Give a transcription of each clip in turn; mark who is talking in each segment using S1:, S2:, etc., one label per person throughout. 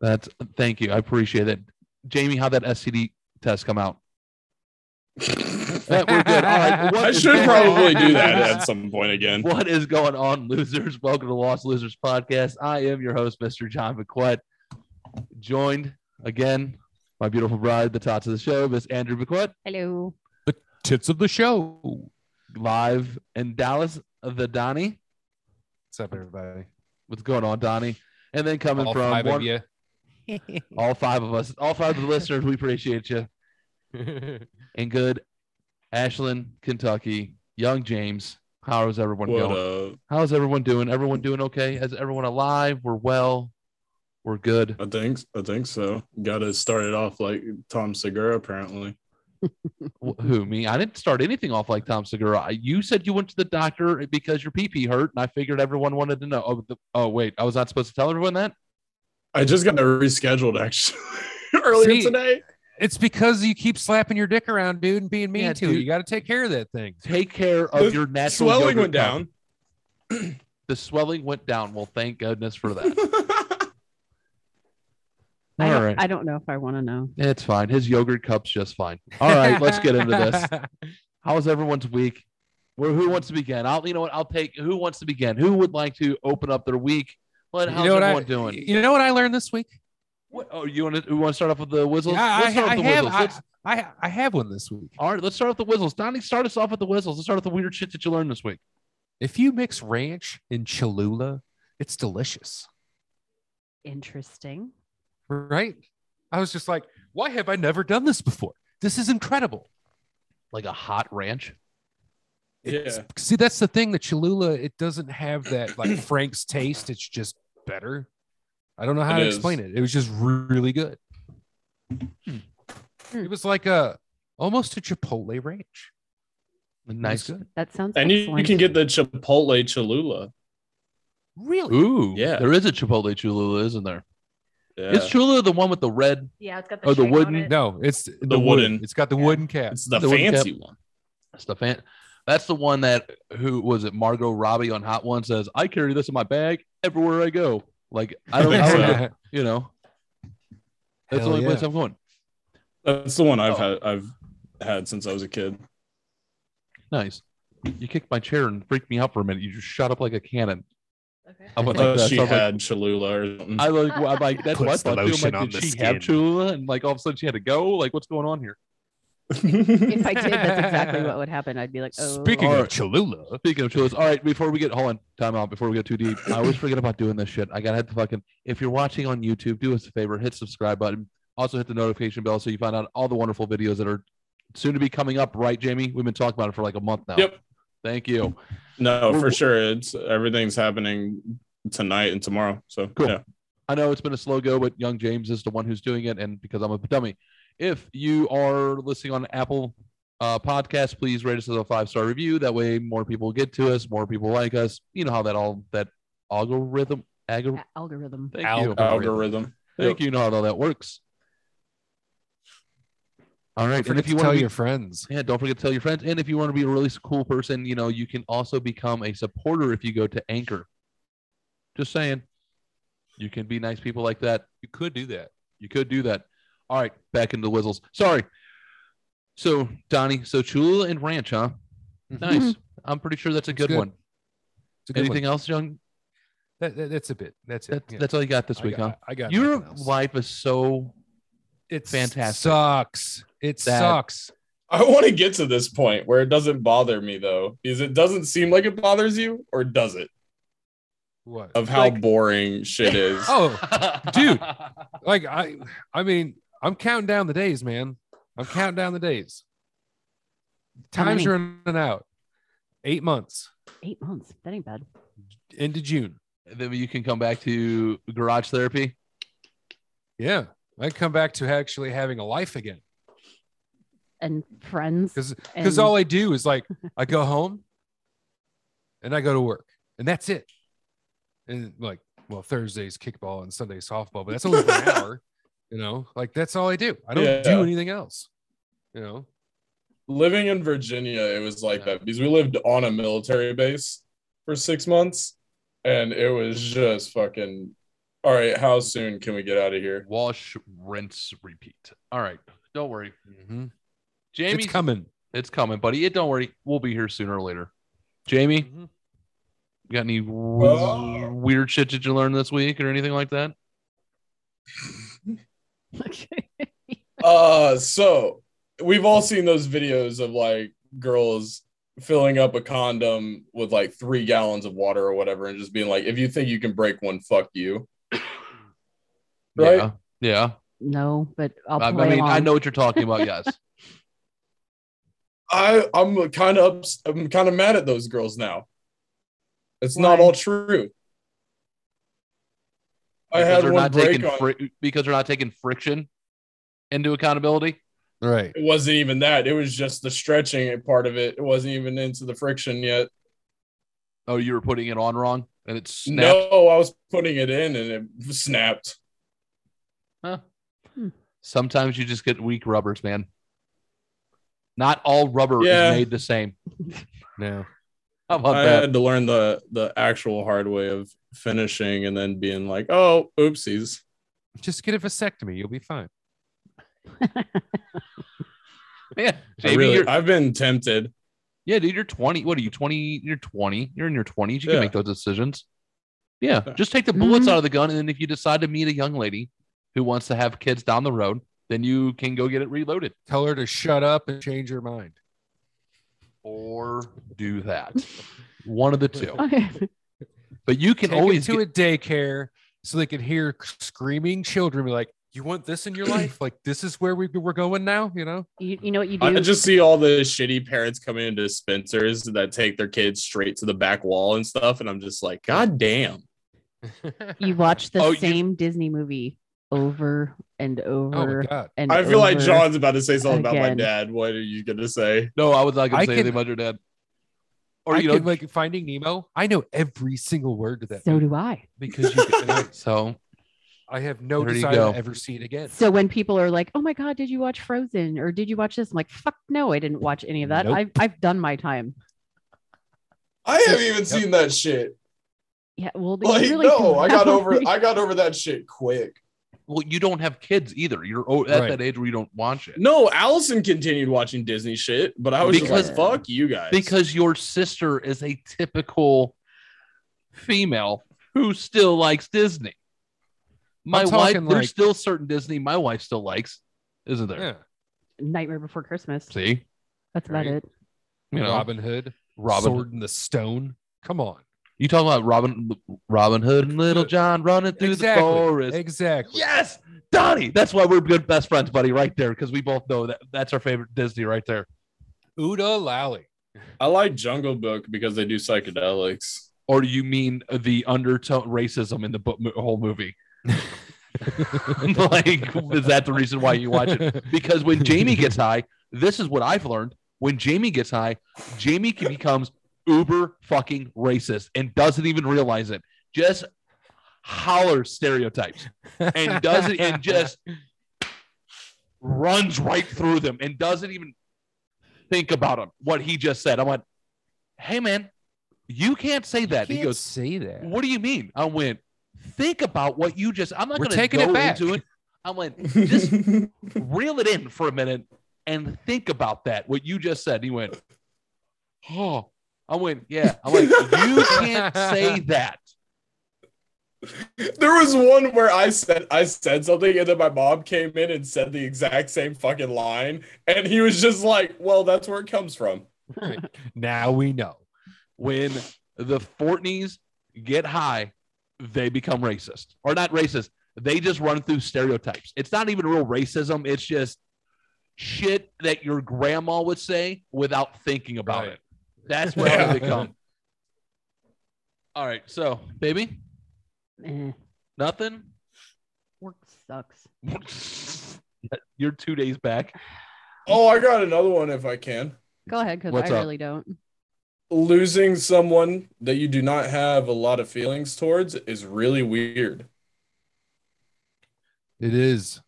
S1: That's thank you. I appreciate it. Jamie, how that STD test come out? That we're good. All right, what
S2: I
S1: is
S2: should
S1: going
S2: probably
S1: on?
S2: do that at some point again.
S1: What is going on, losers? Welcome to Lost Losers Podcast. I am your host, Mr. John McQuett. Joined again, my beautiful bride, the tots of the show, Miss Andrew McQuett,
S3: Hello.
S4: Tits of the show.
S1: live in Dallas, the Donnie.
S4: What's up, everybody?
S1: What's going on, Donnie? And then coming
S4: All
S1: from
S4: five
S1: one,
S4: of you.
S1: all five of us, all five of the listeners, we appreciate you. And good Ashland, Kentucky, young James. How is everyone
S2: What
S1: going?
S2: up?
S1: How's everyone doing? Everyone doing okay? Is everyone alive? We're well. We're good.
S2: I think I think so. Got to start it off like Tom Segura apparently.
S1: Wh- Who me? I didn't start anything off like Tom Segura. I- You said you went to the doctor because your pee pee hurt, and I figured everyone wanted to know. Oh, the, oh wait, I was not supposed to tell everyone that.
S2: I just got rescheduled actually earlier
S4: See,
S2: today.
S4: it's because you keep slapping your dick around, dude, and being mean
S1: Yeah,
S4: to it.
S1: dude.
S4: You got to take care of that thing.
S1: Take care of
S2: The
S1: your natural
S2: Swelling
S1: yogurt
S2: went
S1: cup.
S2: down.
S1: The swelling went down. Well, thank goodness for that.
S3: I
S1: All
S3: don't,
S1: right,
S3: I don't know if I want to know.
S1: it's fine. His yogurt cup's just fine. All right, let's get into this. How's everyone's week? Where who wants to begin? I'll you know what I'll take. Who wants to begin? Who would like to open up their week? What
S4: You
S1: how's
S4: know what I-
S1: everyone doing?
S4: You know what I learned this week?
S1: What, oh, you want to you want to start off with the whistles?
S4: Yeah, I,
S1: let's start
S4: I
S1: with the
S4: have,
S1: whistles.
S4: I,
S1: Let's-
S4: I, I have one this week.
S1: all right, let's start with the whistles. Donnie, start us off with the whistles. Let's start with the weird shit that you learned this week.
S4: If you mix ranch and Cholula, it's delicious,
S3: Interesting.
S4: right? I was just like, why have I never done this before? This is incredible.
S1: Like a hot ranch.
S2: yeah.
S4: See, that's the thing. The Cholula, it doesn't have that like Frank's taste. It's just better. I don't know how
S2: It
S4: to
S2: is.
S4: explain it. It was just really good.
S1: Hmm.
S4: It was like a almost a Chipotle ranch.
S1: Nice.
S4: good.
S3: That sounds
S2: And you, you
S3: excellent.
S2: can get the Chipotle Cholula.
S4: Really?
S1: Ooh,
S2: Yeah.
S1: There is a Chipotle Cholula, isn't there?
S2: Yeah.
S1: Is Cholula the one with the red?
S3: yeah, it's got
S1: the Oh, the shape on wooden- it.
S4: No, it's the,
S2: The
S4: wood.
S2: wooden.
S4: It's got the
S3: Yeah.
S4: wooden cap.
S2: It's the,
S1: The one kept-
S2: fancy one.
S1: That's the fan. That's the one that who was it? Margot Robbie on Hot One says, "I carry this in my bag everywhere I go." Like I don't,
S2: I
S1: I
S2: think
S1: don't
S2: so.
S1: know, you know. That's
S4: Hell
S1: the only place
S4: yeah.
S1: I'm going.
S2: That's the one I've
S1: Oh.
S2: had. I've had since I was a kid.
S1: Nice. You kicked my chair and freaked me out for a minute. You just shot up like a cannon.
S3: Okay.
S1: I
S2: I
S1: went
S2: thought
S1: like that.
S2: she
S1: So I'm like-
S2: had Cholula or something.
S1: I like, well, I'm like, that's what
S4: Puts the
S1: I thought. too. I'm
S4: lotion
S1: like,
S4: on
S1: did
S4: the
S1: she have
S4: skin.
S1: Cholula? And like, all of a sudden she had to go. Like, what's going on here?
S3: If I did, that's exactly what would happen. I'd be like, oh.
S4: Speaking
S1: All
S4: of
S1: right.
S4: Cholula,
S1: Speaking of Chola's, all right, before we get, hold on, time out, before we get too deep. I always forget about doing this shit. I gotta hit the fucking, if you're watching on YouTube, do us a favor, hit subscribe button. Also hit the notification bell so you find out all the wonderful videos that are soon to be coming up, right, Jamie? We've been talking about it for like a month now.
S2: Yep.
S1: Thank you.
S2: no,
S1: We're-
S2: for sure. It's everything's happening tonight and tomorrow. So
S1: Cool.
S2: yeah.
S1: I know it's been a slow go, but young James is the one who's doing it, and because I'm a dummy. If you are listening on Apple uh, podcast, please rate us as a five star review. That way, more people get to us, more people like us. You know how that all that algorithm. Agor-
S3: a- algorithm.
S1: thank
S4: Al-
S1: you.
S2: algorithm.
S1: Thank you. You know how all that works. All right, and
S4: forget
S1: if you
S4: to
S1: want
S4: tell
S1: to be
S4: your friends.
S1: yeah, don't forget to tell your friends. And if you want to be a really cool person, you know, you can also become a supporter if you go to Anchor. Just saying. You can be nice people like that.
S4: You could do that.
S1: You could do that. All right, back into the whistles. Sorry. So Donnie, so Chula and Ranch, huh? Nice. I'm pretty sure that's a good,
S4: Mm-hmm. good.
S1: one.
S4: It's a good
S1: Anything
S4: one.
S1: else, young?
S4: That, that- that's a bit. That's it.
S1: That,
S4: Yeah.
S1: That's all you got this
S4: I
S1: week,
S4: got-
S1: huh?
S4: I got
S1: Your
S4: nothing else.
S1: life is so.
S4: It's
S1: Fantastic.
S4: Sucks. It
S1: That-
S4: sucks.
S2: I want to get to this point where it doesn't bother me though, because it doesn't seem like it bothers you, or does it?
S4: What?
S2: Of how boring shit is.
S4: Oh, Dude. like I, I mean, I'm counting down the days, man. I'm counting down the days.
S3: How
S4: Time's
S3: many?
S4: running out. Eight months
S3: Eight months. That ain't bad.
S4: into June.
S1: Then you can come back to garage therapy.
S4: Yeah, I come back to actually having a life again
S3: And friends.
S4: because
S3: and-
S4: because all I do is like I go home and I go to work and that's it. And like, well, Thursday's kickball and Sunday's softball, but that's only for an hour. You know, like that's all I do. I don't
S2: Yeah.
S4: do anything else. You know,
S2: living in Virginia, it was like
S1: Yeah.
S2: that because we lived on a military base for six months, and it was just fucking All right, how soon can we get out of here?
S1: Wash, rinse, repeat. All right. Don't worry.
S3: Mm-hmm.
S4: Mhm.
S1: Jamie,
S4: It's coming.
S1: it's coming, buddy. It don't worry. We'll be here sooner or later. Jamie,
S4: Mhm.
S1: you got any
S2: Oh.
S1: w- weird shit did you learn this week or anything like that?
S3: Okay.
S2: Uh, so we've all seen those videos of like girls filling up a condom with like three gallons of water or whatever, and just being like, "If you think you can break one, fuck you." Right?
S1: Yeah. Yeah.
S3: No, but I'll
S1: I, I
S3: play
S1: mean, I
S3: along.
S1: know what you're talking about. Yes.
S2: I I'm kind of ups- I'm kind of mad at those girls now. It's not
S3: Why?
S2: all true. I
S1: because
S2: had
S1: they're
S2: one
S1: not
S2: break
S1: taking
S2: on.
S1: fri- because they're not taking friction into accountability.
S4: Right.
S2: it wasn't even that. It was just the stretching part of it. It wasn't even into the friction yet.
S1: Oh, you were putting it on wrong, and it snapped.
S2: No, I was putting it in and it snapped.
S1: Sometimes you just get weak rubbers, man. Not all rubber
S2: Yeah.
S1: is made the same.
S4: No.
S1: How about
S2: I
S1: that?
S2: had to learn the the actual hard way of finishing and then being like, oh, oopsies.
S4: Just get a vasectomy. You'll be fine.
S1: Yeah,
S2: I
S1: Jamie,
S2: really,
S1: you're,
S2: I've been tempted.
S1: yeah, dude, you're 20. What are you? 20? You're 20. You're in your 20s. You
S2: Yeah.
S1: can make those decisions. Yeah,
S2: Yeah.
S1: just take the bullets
S3: Mhm.
S1: out of the gun, and then if you decide to meet a young lady who wants to have kids down the road, then you can go get it reloaded
S4: Tell her to shut up and change her mind.
S1: or do that. One of the two.
S3: Okay.
S1: But you can
S4: Take 'em
S1: always
S4: to
S1: get-
S4: a daycare so they can hear screaming children be like, "You want this in your life? Like this is where we, we're going now?" You know?
S3: you, you know what you do?
S2: I just see all the shitty parents coming into Spencer's that take their kids straight to the back wall and stuff, and I'm just like, God damn.
S3: you watch the
S1: Oh, you-
S3: same Disney movie over and
S4: Oh
S3: over
S4: my god!
S3: and
S2: I feel like
S3: over.
S2: John's about to say something about my
S3: Uh-huh. again.
S2: dad. What are you gonna say?
S1: No, I was not going to say
S4: I can-
S1: anything about your dad. Or
S4: I
S1: you know,
S4: can, like Finding Nemo. I know every single word to that
S3: So
S4: movie
S3: do I.
S4: because you. and I,
S1: so
S4: I have no
S1: There you
S4: desire
S1: go.
S4: to ever see it again.
S3: So when people are like, "Oh my God, did you watch Frozen?" or "Did you watch this?" I'm like, "Fuck no, I didn't watch any of that.
S4: Nope.
S3: I've I've done my time."
S2: I haven't even seen that shit.
S3: Yeah, well, you
S2: Like,
S3: really
S2: no, I got
S3: don't.
S2: over I got over that shit quick.
S1: well, you don't have kids either. You're o- at
S4: Right.
S1: that age where you don't watch it
S2: No, Allison continued watching Disney shit, but I was just
S3: Because-
S2: like, fuck you guys.
S1: because your sister is a typical female who still likes Disney. My wife,
S4: talking like-
S1: there's still certain Disney my wife still likes, isn't there?
S4: Yeah.
S3: Nightmare Before Christmas.
S1: See,
S3: That's about
S4: Right.
S3: it.
S1: you know, Robin,
S4: Robin Hood,
S1: Robin.
S4: Sword in the Stone. Come on.
S1: You talking about Robin, Robin Hood and Little John running through
S4: exactly.
S1: the forest?
S4: Exactly.
S1: Yes, Donnie. That's why we're good best friends, buddy, right there, because we both know that that's our favorite Disney right there.
S4: Uda Lally.
S2: I like Jungle Book because they do psychedelics.
S1: Or do you mean the undertone racism in the book, whole movie? like, is that the reason why you watch it? Because when Jamie gets high, this is what I've learned. When Jamie gets high, Jamie can- becomes uber fucking racist and doesn't even realize it. Just holler stereotypes and does it and just runs right through them and doesn't even think about him what he just said. I'm like, hey man, you can't say that.
S4: Can't
S1: he goes,
S4: say that.
S1: what do you mean? I went, think about what you just. I'm not
S4: We're
S1: going to
S4: taking it
S1: go
S4: back.
S1: into it. I went, just reel it in for a minute and think about that. What you just said. He went, oh. I went, yeah. I went, you can't say that.
S2: there was one where I said I said something and then my mom came in and said the exact same fucking line and he was just like, "Well, that's where it comes from."
S4: Right. Now we know.
S1: When the Fortneys get high, they become racist or not racist. They just run through stereotypes. It's not even real racism. It's just shit that your grandma would say without thinking about
S4: Right.
S1: it. That's where I
S2: Yeah.
S1: become. All right, so baby,
S3: Eh,
S1: nothing.
S3: work sucks.
S1: You're two days back.
S2: Oh, I got another one if I can.
S3: Go ahead, because
S1: What's
S3: I
S1: up?
S3: really don't.
S2: Losing someone that you do not have a lot of feelings towards is really weird.
S4: It is.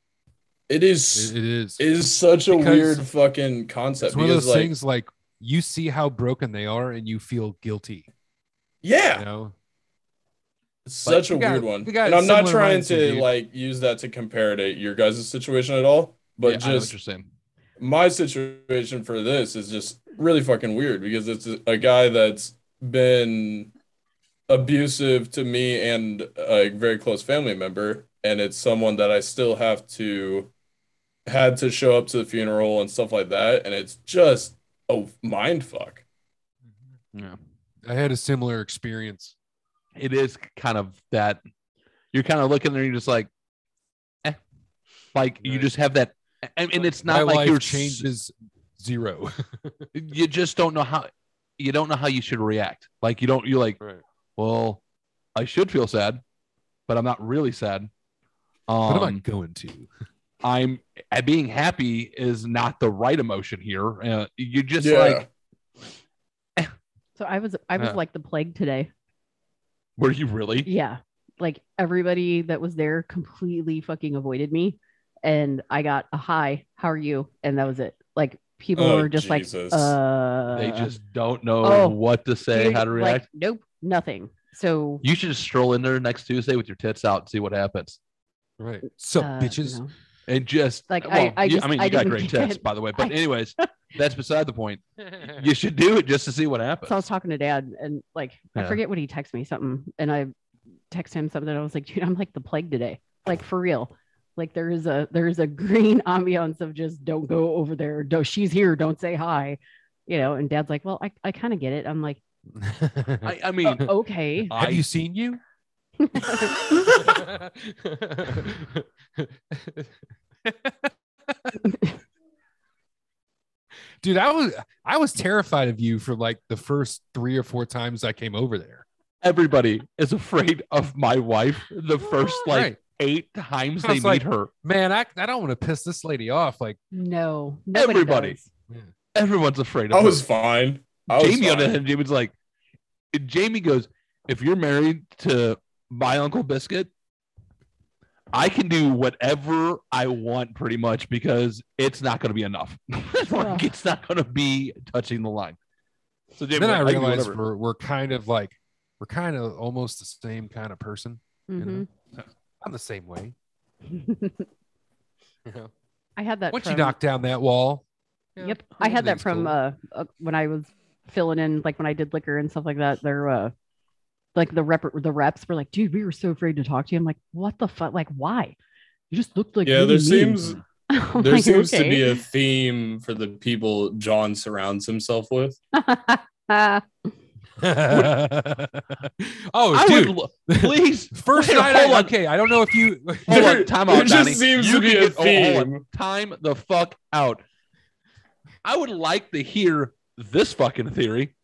S2: It is
S4: It- it is.
S2: is such a
S4: Because
S2: weird fucking concept
S4: it's one of
S2: because,
S4: those
S2: like,
S4: things like you see how broken they are and you feel guilty.
S2: yeah,
S4: You know?
S2: It's such
S4: we
S2: a
S4: got-
S2: weird one.
S4: we got
S2: And I'm not
S4: similar
S2: trying
S4: minds here,
S2: to
S4: dude.
S2: like use that to compare it to your guys' situation at all, but
S1: Yeah, I know what
S2: just
S1: you're saying.
S2: my situation for this is just really fucking weird because it's a- a guy that's been abusive to me and a very close family member and it's someone that I still have to had to show up to the funeral and stuff like that and it's just a mind fuck.
S1: Yeah.
S4: I had a similar experience.
S1: It is kind of that you're kind of looking there and you're just like, eh. Like you
S4: Right.
S1: just have that and, and it's not
S4: My
S1: like
S4: life
S1: you're s-
S4: changes zero.
S1: you just don't know how you don't know how you should react. Like you don't you're like,
S4: right.
S1: well, I should feel sad, but I'm not really sad.
S4: What am I
S1: Um,
S4: going to?
S1: I'm uh, being happy is not the right emotion here. Uh, you just
S2: Yeah.
S1: like,
S3: So I was I was
S1: Yeah.
S3: like the plague today.
S1: were you really?
S3: Yeah. Like everybody that was there completely fucking avoided me. And I got a hi, how are you? And that was it. Like people
S2: Oh,
S3: were just
S2: Jesus.
S3: like, uh,
S1: they just don't know
S3: oh,
S1: what to say,
S3: dude,
S1: how to
S3: like,
S1: react.
S3: nope, nothing. So,
S1: you should just stroll in there next Tuesday with your tits out and see what happens.
S4: Right. So
S3: uh,
S4: bitches.
S3: no.
S1: And just
S3: Like, I-
S1: well,
S3: I
S1: you-
S3: just-
S1: I mean,
S3: I
S1: you got
S3: didn't
S1: great
S3: get
S1: tits,
S3: it.
S1: by the way. But
S3: I-
S1: anyways, that's beside the point. You should do it just to see what happens.
S3: So I was talking to dad and like, I
S1: Yeah.
S3: forget what he texted me something. And I text him something. I was like, dude, I'm like the plague today. Like for real. Like there is a, there is a green ambiance of just don't go over there. Don't, she's here. Don't say hi. You know? And dad's like, well, I, I kind of get it. I'm like,
S1: I, I mean,
S3: okay.
S1: I,
S4: Have you seen you? Dude, I was I was terrified of you for like the first three or four times I came over there.
S1: everybody is afraid of my wife the first like
S4: Right.
S1: eight times
S4: I
S1: they
S4: was
S1: meet
S4: like-
S1: her.
S4: Man, I, I don't want to piss this lady off. Like,
S3: No, nobody
S1: Everybody.
S3: does.
S1: Everyone's afraid of
S2: I
S1: her.
S2: was fine.
S4: Oh,
S2: I was
S1: Jamie on the
S2: fine.
S1: other hand, Jamie's like, Jamie goes, if you're married to my uncle Biscuit, I can do whatever I want pretty much because it's not going to be enough.
S3: Ugh.
S1: like, it's not going to be touching the line. So Jamie's
S4: then I
S1: like, can do
S4: realized
S1: whatever.
S4: we're we're kind of like we're kind of almost the same kind of person. You know?
S3: Mhm.
S4: I'm the same way. You know?
S3: I had that.
S4: Once you
S3: from-
S4: knock down that wall. yeah,
S3: Yep, I had that
S4: everything's
S3: from
S4: cool.
S3: uh, uh when I was filling in, like when I did liquor and stuff like that. There, uh, like the rep, the reps were like, "Dude, we were so afraid to talk to you." I'm like, "What the fuck? Like, why? You just looked like
S2: Yeah,
S3: really
S2: there
S3: mean."
S2: seems
S3: I'm
S2: there
S3: like,
S2: seems to be
S3: "Okay."
S2: a theme for the people John surrounds himself with.
S3: Uh,
S4: oh,
S1: I
S4: dude.
S1: would, lo- please.
S4: First
S1: Wait,
S4: night,
S1: hold
S4: I,
S1: on.
S4: okay, I don't know if you.
S1: Hold on,
S2: There-
S1: time
S2: there
S1: out,
S2: just
S1: Donnie.
S2: seems
S1: You
S2: to be
S1: can
S2: a
S1: get- oh, hold on.
S2: theme.
S1: Time the fuck out. I would like to hear this fucking theory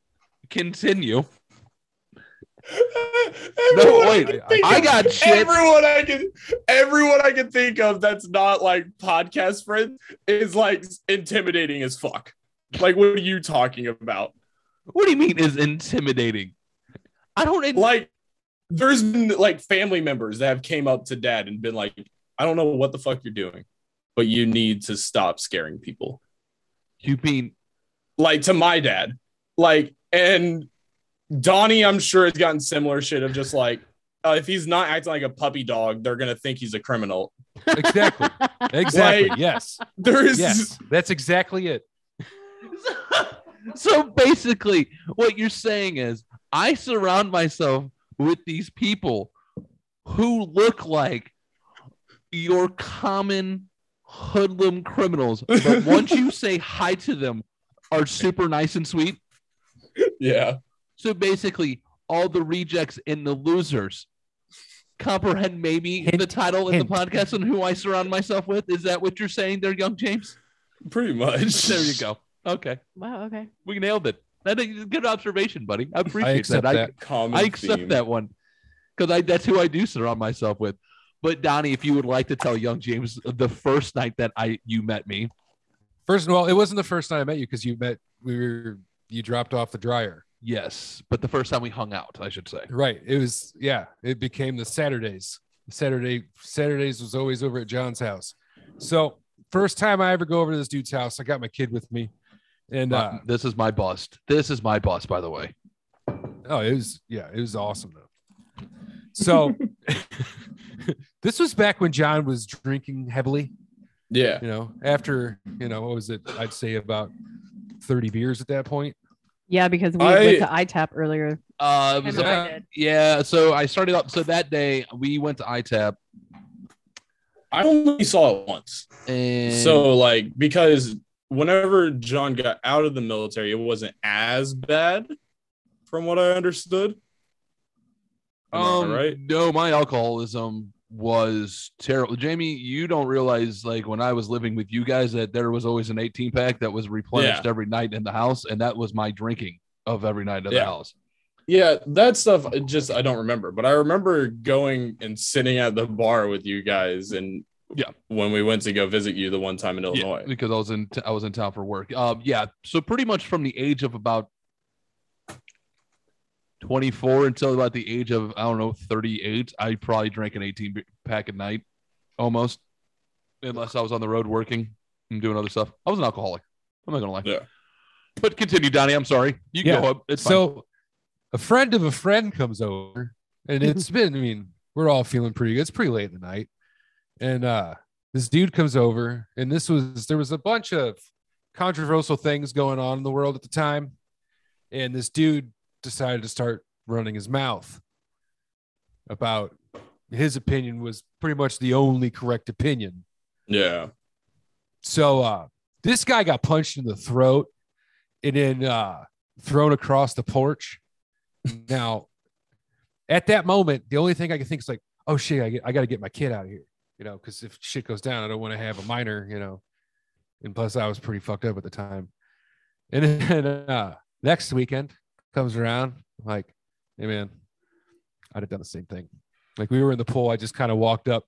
S1: continue.
S2: Everyone
S1: wait,
S2: can
S4: I-
S2: think
S1: I
S2: of-
S1: got shit.
S2: Everyone I can, everyone I can think of that's not like podcast friend is like intimidating as fuck. Like, what are you talking about?
S1: What do you mean is intimidating? I don't.
S2: Like, there's been like family members that have came up to dad and been like, "I don't know what the fuck you're doing, but you need to stop scaring people."
S1: you mean
S2: like to my dad. Like, and Donnie, I'm sure has gotten similar shit of just like, uh, if he's not acting like a puppy dog, they're gonna think he's a criminal.
S4: exactly. Exactly.
S2: Like-
S4: yes.
S2: There is
S4: Yes. That's exactly it.
S1: so basically what you're saying is i surround myself with these people who look like your common hoodlum criminals but once you say hi to them are super nice and sweet
S2: yeah,
S1: so basically all the rejects and the losers comprehend maybe
S4: Hint,
S1: the title in
S4: hint.
S1: the podcast and who i surround myself with is that what you're saying there young james
S2: pretty much.
S1: there you go okay
S3: wow. Okay.
S1: we nailed it. That is a good observation, buddy. I appreciate
S4: accept
S1: that.
S4: that.
S2: Common
S1: I, I accept
S2: theme.
S1: that one because I that's who I do surround myself with. But Donnie, if you would like to tell young James the first night that I you met me,
S4: First of all, it wasn't the first night I met you because you met we were you dropped off the dryer.
S1: yes, but the first time we hung out, I should say.
S4: Right. It was yeah. It became the Saturdays. Saturday Saturdays was always over at John's house. So first time I ever go over to this dude's house, I got my kid with me, and uh,
S1: My- this is my bust. This is my bust, by the way.
S4: oh, it was yeah, it was awesome though. So this was back when John was drinking heavily,
S2: Yeah.
S4: you know, after, you know, what was it? I'd say about 30 beers at that point.
S3: Yeah, because we went to ITAP earlier.
S1: Uh, it
S4: I
S1: was
S4: know
S1: about-
S4: I
S1: yeah. So I started up. So that day we went to ITAP,
S2: I only saw it once.
S1: and
S2: So like because whenever John got out of the military, it wasn't as bad, from what I understood. Am I
S1: um,
S2: right?
S1: no, my alcoholism was terrible. Jamie, you don't realize like when I was living with you guys that there was always an 18 pack that was replenished every night in the house, and that was my drinking of every night in the
S2: Yeah.
S1: house.
S2: Yeah, that stuff I just I don't remember, but I remember going and sitting at the bar with you guys and
S1: Yeah.
S2: when we went to go visit you the one time in Illinois.
S1: Yeah, because I was in t- I was in town for work. Um, yeah, so pretty much from the age of about 24 until about the age of I don't know 38, I probably drank an 18 be- pack a night, almost, unless I was on the road working and doing other stuff. I was an alcoholic. I'm not gonna lie.
S2: Yeah.
S1: But continue, Donnie. I'm sorry. You can
S4: Yeah.
S1: go up. It's so
S4: so a friend of a friend comes over and it's been, I mean, we're all feeling pretty good. It's pretty late in the night. And uh this dude comes over and this was there was a bunch of controversial things going on in the world at the time. And this dude decided to start running his mouth about his opinion was pretty much the only correct opinion
S2: Yeah.
S4: so uh this guy got punched in the throat and then uh thrown across the porch now at that moment the only thing i can think is like oh shit i, get, I gotta get my kid out of here you know because if shit goes down i don't want to have a minor you know and plus i was pretty fucked up at the time and then uh next weekend comes around I'm like hey man i'd have done the same thing like we were in the pool i just kind of walked up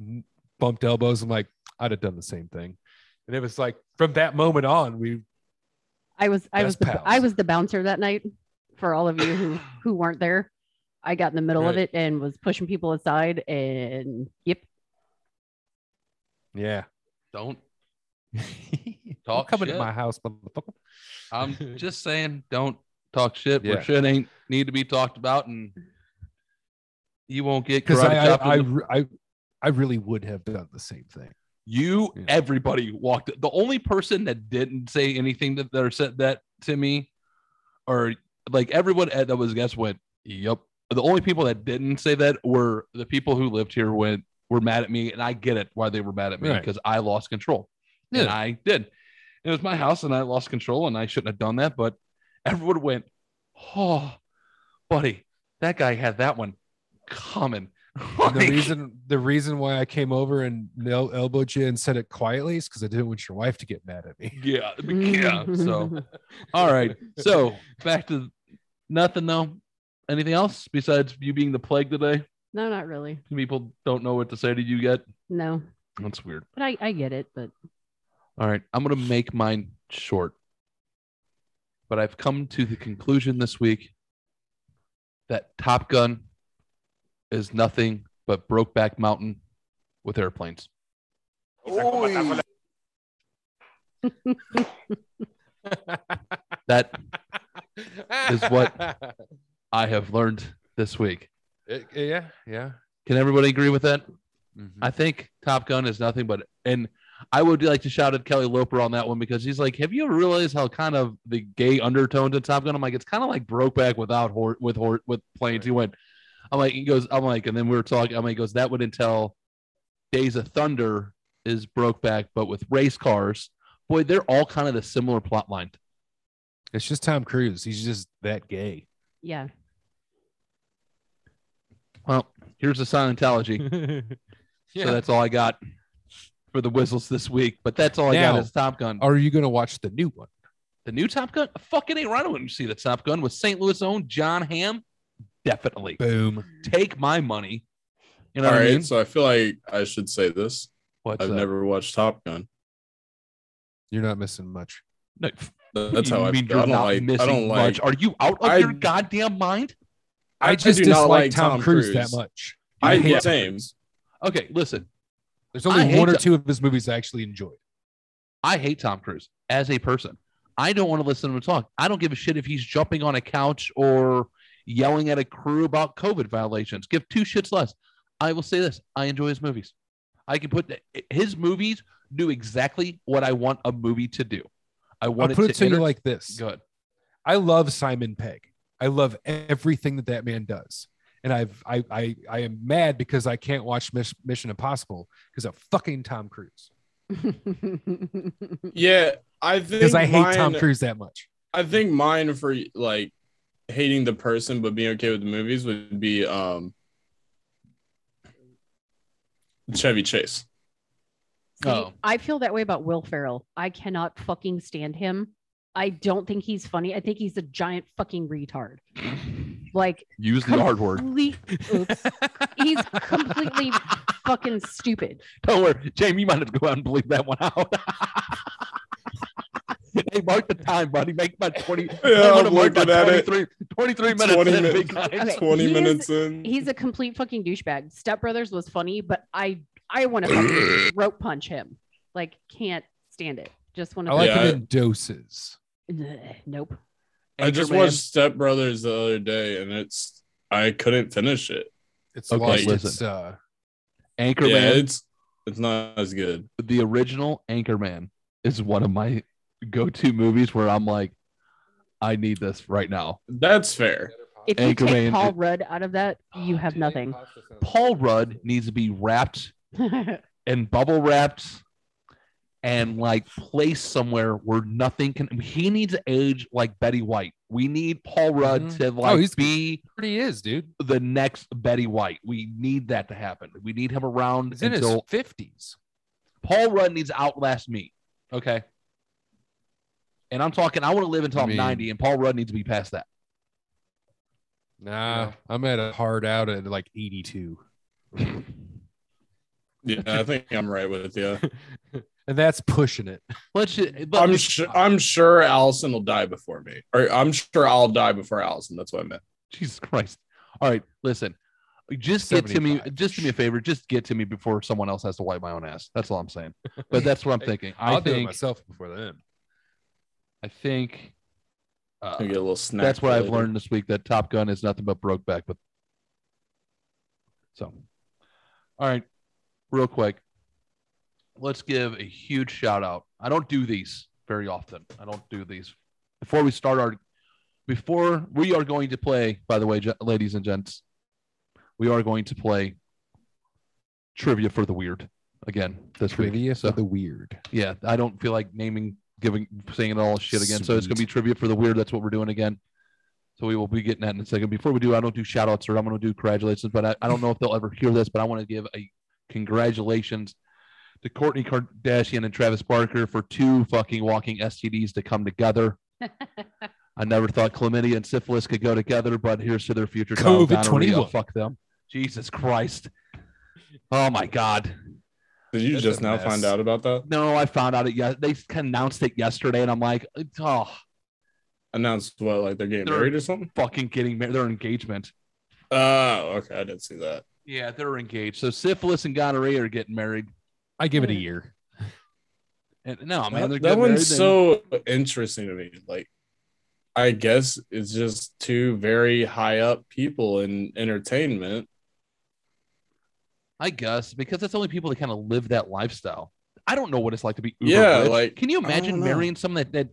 S4: n- bumped elbows i'm like i'd have done the same thing and it was like from that moment on we
S3: I was I
S4: Best
S3: was the,
S4: pals.
S3: I was the bouncer that night for all of you who who weren't there. I got in the middle of
S4: Right.
S3: it and was pushing people aside and yep.
S4: yeah
S1: don't.
S4: talk coming
S1: shit.
S4: to my house motherfucker.
S1: I'm just saying, don't talk shit where
S4: Yeah.
S1: shit ain't need to be talked about, and you won't get
S4: because
S1: karate
S4: I
S1: chopped in
S4: I, I
S1: the
S4: re- I I really would have done the same thing.
S1: You,
S4: Yeah.
S1: everybody walked. The only person that didn't say anything that, that or said that to me, or like everyone at- that was guest went, "Yep." The only people that didn't say that were the people who lived here went were mad at me, and I get it why they were mad at me
S4: Right.
S1: because I lost control, and
S4: Yeah.
S1: I did. It was my house, and I lost control, and I shouldn't have done that. But everyone went, "Oh, buddy, that guy had that one coming."
S4: And the
S1: Like-
S4: reason the reason why I came over and el- elbowed you and said it quietly is because I didn't want your wife to get mad at me.
S1: Yeah, yeah. So. All right. So back to nothing though. Anything else besides you being the plague today?
S3: no, not really.
S1: People don't know what to say to you yet.
S3: No,
S1: That's weird.
S3: but I I get it. But
S1: All right. I'm gonna make mine short. But I've come to the conclusion this week that Top Gun is nothing but Brokeback Mountain with airplanes. That Is what- I have learned this week.
S4: It- yeah, yeah.
S1: Can everybody agree with that?
S4: Mhm.
S1: I think Top Gun is nothing but, and I would like to shout at Kelly Loper on that one because he's like, "Have you ever realized how kind of the gay undertones in Top Gun?" I'm like, "It's kind of like Brokeback without hor- with hor- with planes." He went, "I'm like," he goes, "I'm like," and then we were talking. I'm like, he "Goes that would entail Days of Thunder is Brokeback, but with race cars." Boy, they're all kind of the similar plot line.
S4: It's just Tom Cruise. He's just that gay.
S3: yeah,
S1: Well, here's the Scientology.
S4: yeah.
S1: So that's all I got for the whistles this week. But that's all I
S4: Now-
S1: got is Top Gun.
S4: Are you gonna watch the new one?
S1: The new Top Gun? Fucking ain't running when you see the Top Gun with St. Louis own John Hamm. Definitely
S4: Boom.
S1: take my money. You know
S2: All
S1: what
S2: right.
S1: I mean?
S2: So I feel like I should say this.
S1: What's
S2: I've
S1: up?
S2: never watched Top Gun.
S4: You're not missing much.
S1: No, f-
S2: That's
S1: you
S2: how I,
S1: mean
S2: I
S1: you're
S2: don't
S1: not
S2: like I
S1: missing
S2: don't like
S1: much. Are you out of
S2: I-
S1: your goddamn mind?
S4: I just
S2: do
S4: dislike
S2: not like
S4: Tom,
S2: Tom
S4: Cruise.
S2: Cruise.
S4: that much.
S2: I
S4: hate
S2: yeah,
S4: Tom
S2: same.
S4: Cruise.
S1: Okay, listen.
S4: There's
S1: I
S4: only
S1: hate
S4: one or
S1: Tom-
S4: two of his movies I actually enjoyed.
S1: I hate Tom Cruise as a person. I don't want to listen to him talk. I don't give a shit if he's jumping on a couch or yelling at a crew about COVID violations. Give two shits less. I will say this: I enjoy his movies. I can put his movies do exactly what I want a movie to do. I
S4: I'll
S1: want
S4: put it to you
S1: enter-
S4: like this.
S1: Go ahead.
S4: I love Simon Pegg. I love everything that that man does. And I've I I, I am mad because I can't watch Miss, Mission Impossible because of fucking Tom Cruise.
S2: Yeah, I think
S4: Because I hate Tom
S2: mine-
S4: Cruise that much.
S2: I think mine for like hating the person but being okay with the movies would be um Chevy Chase.
S3: See,
S1: Oh.
S3: I feel that way about Will Ferrell. I cannot fucking stand him. I don't think he's funny. I think he's a giant fucking retard. Like
S1: Use the hard word.
S3: complete- oops. he's completely fucking stupid.
S1: Don't worry, Jamie. You might have to go out and bleep that one out. hey, mark the time, buddy. Make my twenty.
S2: Yeah,
S1: I'm
S2: I'm
S1: mark my
S2: looking at it.
S1: 23, 23 minutes.
S2: 20
S1: in,
S2: minutes.
S1: big guy.
S3: Okay,
S2: Twenty
S3: he is-
S2: minutes in.
S3: He's a complete fucking douchebag. Step Brothers was funny, but I I want to fucking throat punch him. Like can't stand it. Just want
S4: I
S3: to.
S4: like
S2: Yeah,
S4: him in doses.
S3: nope.
S2: I just
S1: Anchorman.
S2: watched Step Brothers the other day and it's I couldn't finish it.
S4: It's
S1: Okay,
S4: lost
S1: listen.
S4: its uh
S2: Yeah,
S1: Anchorman.
S2: it's it's not as good.
S1: the original Anchorman is one of my go-to movies where I'm like, I need this right now.
S2: That's fair.
S3: If you
S1: Anchorman-
S3: take Paul Rudd out of that, you have nothing.
S1: Paul Rudd needs to be wrapped and bubble wrapped and like placed somewhere where nothing can. He needs to age like Betty White. We need Paul Rudd
S4: Mhm.
S1: to like
S4: he's-
S1: be
S4: pretty is, dude.
S1: the next Betty White. We need that to happen. We need him around
S4: He's in his
S1: until
S4: fifties.
S1: Paul Rudd needs to outlast me. Okay. And I'm talking, I want to live until
S4: I
S1: I am
S4: mean-
S1: 90, and Paul Rudd needs to be past that.
S4: Nah, I'm at a hard out at like 82.
S2: Yeah, I think I'm right with you.
S4: And that's pushing it.
S1: Let's ju- but
S2: I'm sure I'm sure Allison will die before me. Or I'm sure I'll die before Allison. That's what I meant.
S1: Jesus Christ. All right, listen. Just get to me.
S4: 75.
S1: Just do me a favor. Just get to me before someone else has to wipe my own ass. That's all I'm saying. But that's what I'm thinking. I
S4: I'll do it
S1: think.
S4: myself before then.
S1: I think. uh,
S2: I get a little snack.
S1: that's what
S2: for
S1: I've
S2: later.
S1: learned this week. That Top Gun is nothing but broke back. But so, all right, real quick. Let's give a huge shout out. I don't do these very often. I don't do these. Before we start our, before we are going to play. By the way, ge- ladies and gents, we are going to play trivia for the weird again this
S4: Trivia
S1: week.
S4: for
S1: So
S4: the weird.
S1: yeah, I don't feel like naming, giving, saying it all shit again. So it's
S4: Sweet.
S1: gonna be trivia for the weird. That's what we're doing again. So we will be getting that in a second. Before we do, I don't do shout outs or I'm gonna do congratulations, but I, I don't know if they'll ever hear this, but I want to give a congratulations to Courtney Kardashian and Travis Barker for two fucking walking STDs to come together. I never thought chlamydia and syphilis could go together, but here's to their future. child,
S4: COVID-21.
S1: gonorrhea. Fuck them. Jesus Christ. Oh my God.
S2: Did you
S4: That's
S2: just
S4: a
S2: now
S4: mess.
S2: find out about that?
S1: No, I found out it. Yeah, they announced it yesterday, and I'm like, oh,
S2: Announced what, like they're getting
S1: They're-
S2: married or something?
S1: fucking getting married. Their engagement.
S2: Oh, okay. I didn't see that.
S1: Yeah, they're engaged. So syphilis and gonorrhea are getting married.
S4: I give it a year.
S1: And no, Oh, man, they're
S2: that
S1: getting
S2: that one's
S1: married,
S2: so interesting to me. Like, I guess it's just two very high up people in entertainment.
S1: and I guess because it's only people that kind of live that lifestyle. I don't know what it's like to be. Uber
S2: Yeah,
S1: rich.
S2: like,
S1: can you
S2: don't
S1: imagine
S2: know.
S1: marrying someone that, that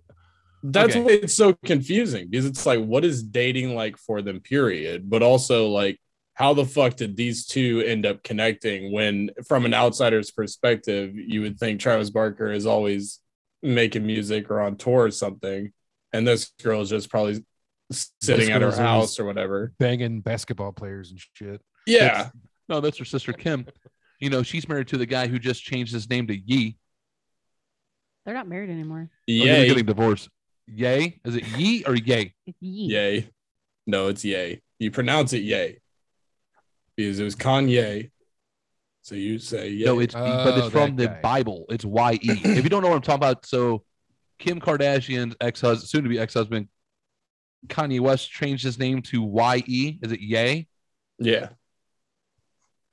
S2: That's
S1: Okay.
S2: why it's so confusing because it's like, what is dating like for them, period? But also, like, how the fuck did these two end up connecting when, from an outsider's perspective, you would think Travis Barker is always making music or on tour or something. And this girl is just probably sitting at her
S4: girl's always-
S2: house or whatever.
S4: Banging basketball players and shit.
S2: Yeah.
S1: no, that's her sister Kim. you know, she's married to the guy who just changed his name to Oh, Yee.
S3: They're not married anymore.
S1: They're
S2: Yay.
S1: getting divorced. Yay? Is it Yee or Yay?
S3: It's ye.
S2: Yay. No, it's yay. You pronounce it yay because it was Kanye. So you say yay.
S1: No, it's but it's
S4: Oh,
S1: from
S4: that
S1: the
S4: guy.
S1: Bible. It's Y E. if you don't know what I'm talking about, so Kim Kardashian's ex husband, soon to be ex husband, Kanye West changed his name to Y E. Is it Ye
S2: yeah.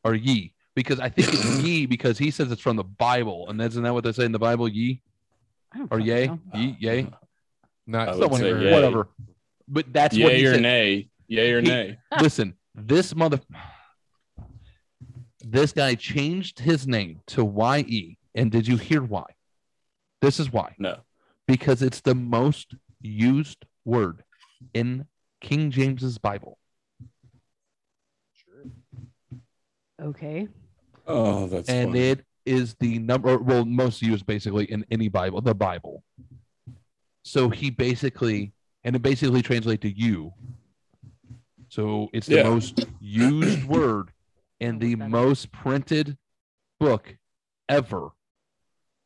S1: or Ye? Because I think it's Ye because he says it's from the Bible, and isn't that what they say in the Bible? Ye
S3: I don't
S1: or
S3: fucking
S1: Yay?
S3: know.
S1: Ye, Yay,
S4: Not
S2: I would
S1: someone
S2: say
S1: or
S2: yay.
S1: whatever. But that's what
S2: yay
S1: he
S2: or
S1: said.
S2: nay. Yay or nay?
S1: Listen, this mother, this guy changed his name to YE. And did you hear why? This is why.
S2: No.
S1: Because it's the most used word in King James's Bible.
S3: Okay.
S2: Oh, that's
S1: and
S2: funny.
S1: it is the number or, well most used basically in any bible the bible so he basically and it basically translates to you so it's the
S2: Yeah.
S1: most used word in
S3: Oh,
S1: the
S3: that's-
S1: most printed book ever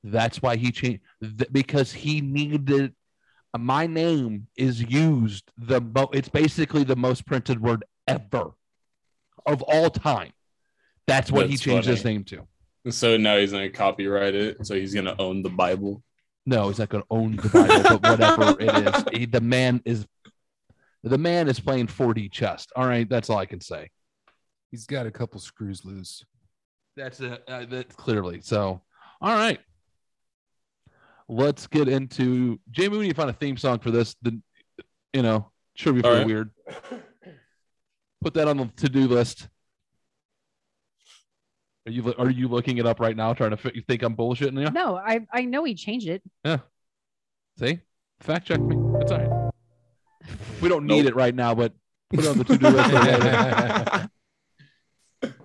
S1: that's why he changed th- because he needed my name is used the mo- it's basically the most printed word ever of all time that's what he
S2: That's
S1: changed his
S2: funny.
S1: name to
S2: so now he's gonna copyright it. So he's gonna own the Bible.
S1: No, he's not going to own the Bible, but whatever it is, he, the man is the man is playing 4D chess. All right, that's all I can say.
S4: He's got a couple screws loose.
S1: That's it. Uh, that clearly. So, all right, let's get into Jamie. We need to find a theme song for this. The you know, sure be
S2: All
S1: feel
S2: right.
S1: weird. Put that on the to do list. Are you are you looking it up right now, trying to fi- you think I'm bullshitting you?
S3: No, I I know he changed it.
S1: See, fact check me. It's all right. We don't need
S2: Nope.
S1: it right now, but put it on the to do list. for later. if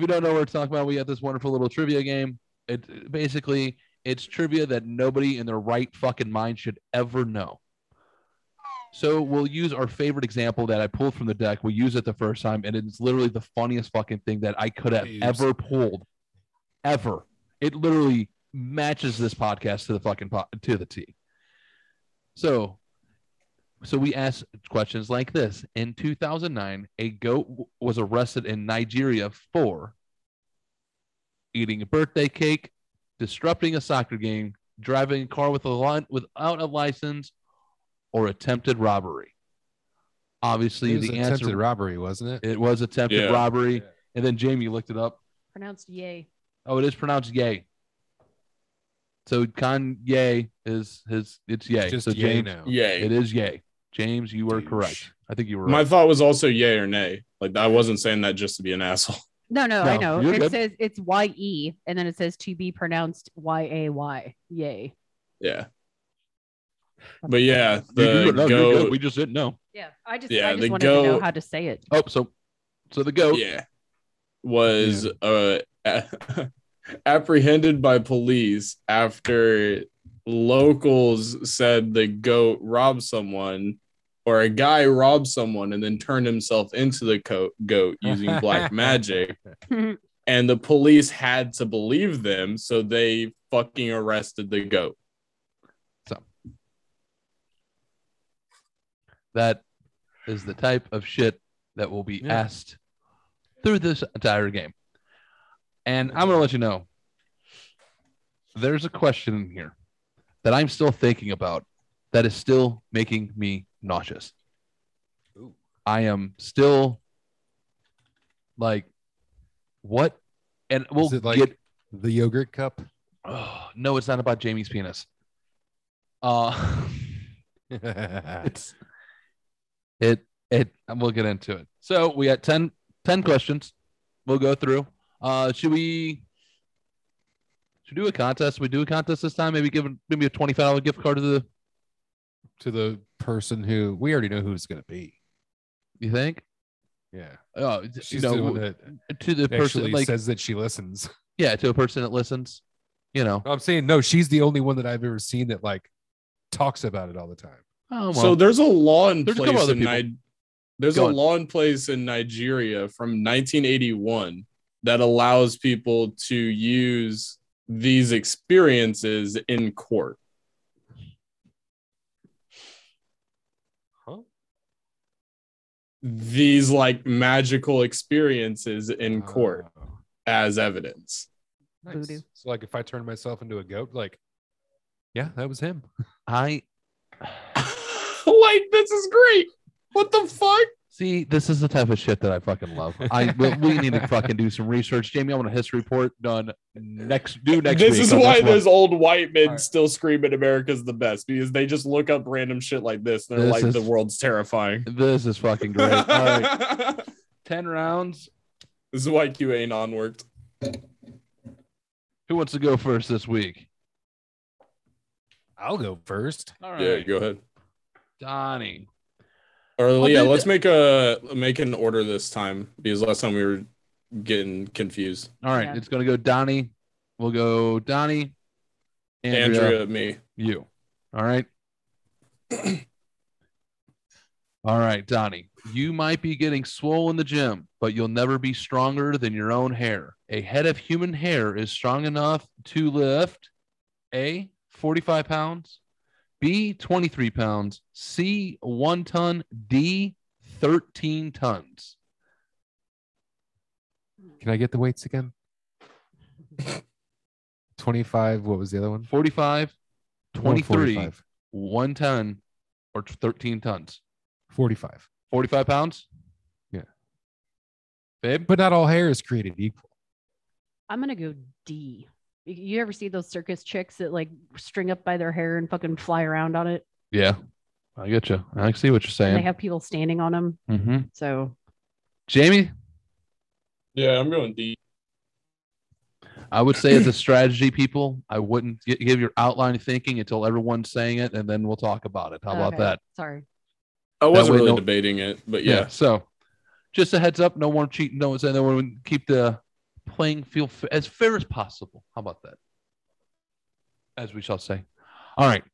S1: you don't know what we're talking about, we got this wonderful little trivia game. It basically it's trivia that nobody in their right fucking mind should ever know. So we'll use our favorite example that I pulled from the deck. We use it the first time, and it's literally the funniest fucking thing that I could have
S4: Jeez.
S1: ever pulled, ever. It literally matches this podcast to the fucking po- to the T. So, so we asked questions like this: In 2009, a goat w- was arrested in Nigeria for eating a birthday cake, disrupting a soccer game, driving a car with a line, without a license, or attempted robbery. Obviously,
S4: It was
S1: the
S4: attempted
S1: answer
S4: robbery, wasn't it?
S1: it was attempted
S2: Yeah.
S1: robbery,
S4: Yeah.
S1: and then Jamie looked it up.
S3: Pronounced yay.
S1: Oh, it is pronounced yay. So Kanye is his. It's yay.
S4: Just
S1: so
S4: yay
S1: James,
S4: now.
S2: Yay.
S1: it is yay. James, you were
S4: Douche.
S1: correct. I think you were.
S2: My
S1: Right.
S2: thought was also yay or nay. Like I wasn't saying that just to be an asshole.
S3: No, no, I
S1: No,
S3: know.
S1: you're
S3: It
S1: good.
S3: says it's Y E and then it says to be pronounced Y A Y. Yay.
S2: Yeah. But
S1: You-
S2: yeah,
S1: you
S2: the
S1: were- no, you're good.
S2: goat.
S1: We just didn't know.
S3: Yeah. I just
S2: Yeah,
S3: I just
S2: the
S3: wanted to know
S2: goat-
S3: how to say it.
S1: Oh, so so the goat.
S2: yeah was uh apprehended by police after locals said the goat robbed someone or a guy robbed someone and then turned himself into the co- goat using black magic and the police had to believe them so they fucking arrested the goat
S1: That is the type of shit that will be
S4: Yeah.
S1: asked through this entire game. And I'm going to let you know there's a question in here that I'm still thinking about that is still making me nauseous.
S4: Ooh.
S1: I am still like, what? And we'll
S4: it like-
S1: get.
S4: The yogurt cup.
S1: Oh, no, it's not about Jamie's penis. Uh, it's it it and we'll get into it so we got 10 10 questions we'll go through uh should we should we do a contest we do a contest this time maybe give maybe a 25 dollar gift card to the
S4: to the person who we already know who it's gonna be.
S1: you think
S4: Yeah.
S1: uh you
S4: She's the one
S1: know
S4: that
S1: to the person
S4: actually
S1: like
S4: says that she listens.
S1: yeah to a person that listens you know
S4: I'm saying no, she's the only one that I've ever seen that like talks about it all the time.
S1: oh well.
S2: so there's a law in
S1: There's a couple
S2: place
S1: other
S2: in
S1: people.
S2: Ni- there's
S1: Go
S2: a
S1: on.
S2: law in place in Nigeria from 1981 that allows people to use these experiences in court.
S4: Huh?
S2: These like magical experiences in
S1: Ah.
S2: court as evidence.
S4: Oh, Nice.
S3: Voodoo.
S4: So like if I turn myself into a goat, like yeah, that was him.
S1: i
S2: like this is great. What the fuck?
S1: See, this is the type of shit that I fucking love. I we, we need to fucking do some research, Jamie. I want a history report done next. Do next.
S2: this
S1: week
S2: is
S1: on
S2: why
S1: one.
S2: those old white men
S4: All right.
S2: still scream at America's the best because they just look up random shit like this. And they're
S1: This
S2: like,
S1: is-
S2: the world's terrifying.
S1: This is fucking great. All right, ten rounds.
S2: this is why QAnon worked.
S1: Who wants to go first this week?
S4: I'll go first.
S1: All
S2: Yeah,
S1: right,
S2: go ahead.
S1: Donnie.
S2: Or
S1: I'll
S2: yeah,
S1: do
S2: let's make a make an order this time because last time we were getting confused.
S1: All right,
S3: Yeah.
S1: it's gonna go Donnie. We'll go Donnie,
S2: Andrea,
S1: Andrea,
S2: me.
S1: you. All right. All right, Donnie. You might be getting swole in the gym, but you'll never be stronger than your own hair. A head of human hair is strong enough to lift A, 45 pounds, B, 23 pounds, C, 1 ton, D, 13 tons.
S4: Can I get the weights again? 25. What was the other one?
S1: 45, 23,
S4: 45.
S1: 1 ton, or 13 tons.
S4: 45.
S1: 45 pounds?
S4: Yeah.
S1: Babe?
S4: But not all hair is created equal.
S3: I'm gonna go D. You- You ever see those circus chicks that like string up by their hair and fucking fly around on it?
S1: Yeah. I get you. I see what you're
S3: And they
S1: saying.
S3: have people standing on them.
S1: hmm
S3: So
S1: Jamie,
S2: Yeah, I'm going D.
S1: I would say as a strategy, people, I wouldn't gi- give your outline thinking until everyone's saying it, and then we'll talk about it. How about
S3: okay,
S1: that?
S3: Sorry.
S2: I wasn't
S1: way
S2: really
S1: no-
S2: debating it, but yeah.
S1: So, just a heads up: no one cheating. No one saying. No one would keep the playing field f- as fair as possible. How about that? As we shall say. All right.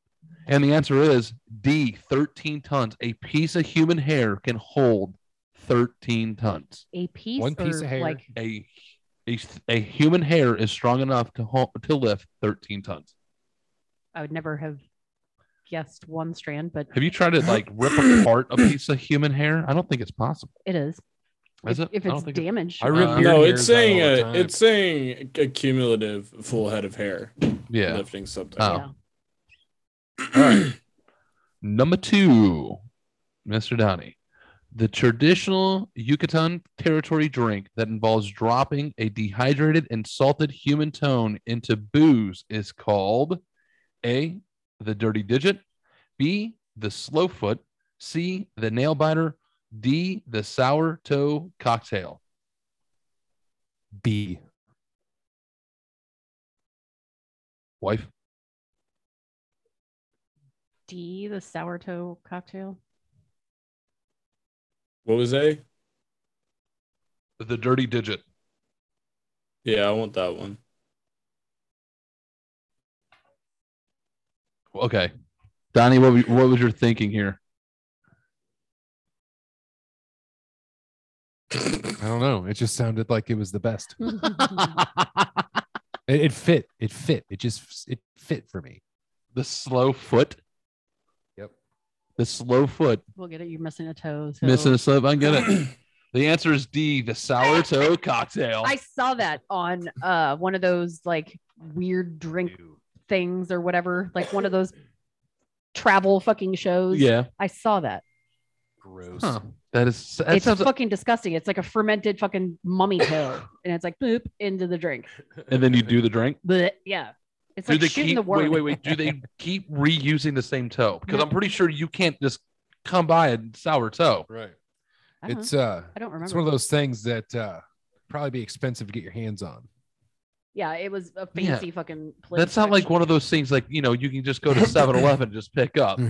S1: And the answer is D. Thirteen tons. A piece of human hair can hold thirteen tons.
S3: A piece,
S4: One piece
S3: or,
S4: of hair.
S3: like
S1: A a, a human hair is strong enough to ho- to lift thirteen tons.
S3: I would never have guessed one strand, but
S1: Have you tried to like rip apart a piece of human hair? I don't think it's possible.
S3: it is.
S1: Is
S3: if,
S1: it?
S3: if
S1: I don't
S3: it's
S1: think
S3: damaged,
S4: I rip
S1: Uh,
S4: beard
S2: No,
S4: hairs
S2: it's
S4: out
S2: saying
S4: all the
S2: a,
S4: time.
S2: it's saying a cumulative full head of hair
S1: yeah.
S2: lifting something.
S1: Oh. Number two, Mr. Donnie. The traditional Yucatan territory drink that involves dropping a dehydrated and salted human tone into booze is called A, the dirty digit, B, the slow foot, C, the nail biter, D, the sour toe cocktail.
S4: B.
S1: Wife,
S3: D, the sour toe cocktail.
S2: What was A?
S1: the dirty digit.
S2: Yeah, I want that one.
S1: Okay. Donnie, what, were- what was your thinking here?
S4: I don't know. It just sounded like it was the best. It, it fit. It fit. It just it fit for me.
S1: The slow foot?
S4: Yep.
S1: The slow foot
S3: we'll get it. You're missing a toe. So.
S1: Missing a slip. I get it. The answer is D, the sour toe cocktail.
S3: I saw that on uh one of those like weird drink things or whatever, like one of those travel fucking shows.
S1: yeah.
S3: I saw that.
S4: Gross.
S1: Huh. That is that
S3: it's
S1: sounds
S3: fucking disgusting. It's like a fermented fucking mummy toe, and it's like boop into the drink.
S1: and then you do the drink.
S3: Blech. Yeah, it's
S1: do
S3: like
S1: they
S3: shooting
S1: keep
S3: the worm.
S1: wait, wait, wait. Do they keep reusing the same toe? Because
S3: No.
S1: I'm pretty sure you can't just come by a sour toe.
S4: Right.
S3: I
S2: Uh-huh.
S3: don't,
S4: It's uh
S3: know. I don't remember.
S4: it's one of those things that uh probably be expensive to get your hands on.
S3: yeah, it was a
S1: Yeah.
S3: fancy fucking. Place
S1: That's not like one of those things like you know, you can just go to 7 Eleven and just pick up.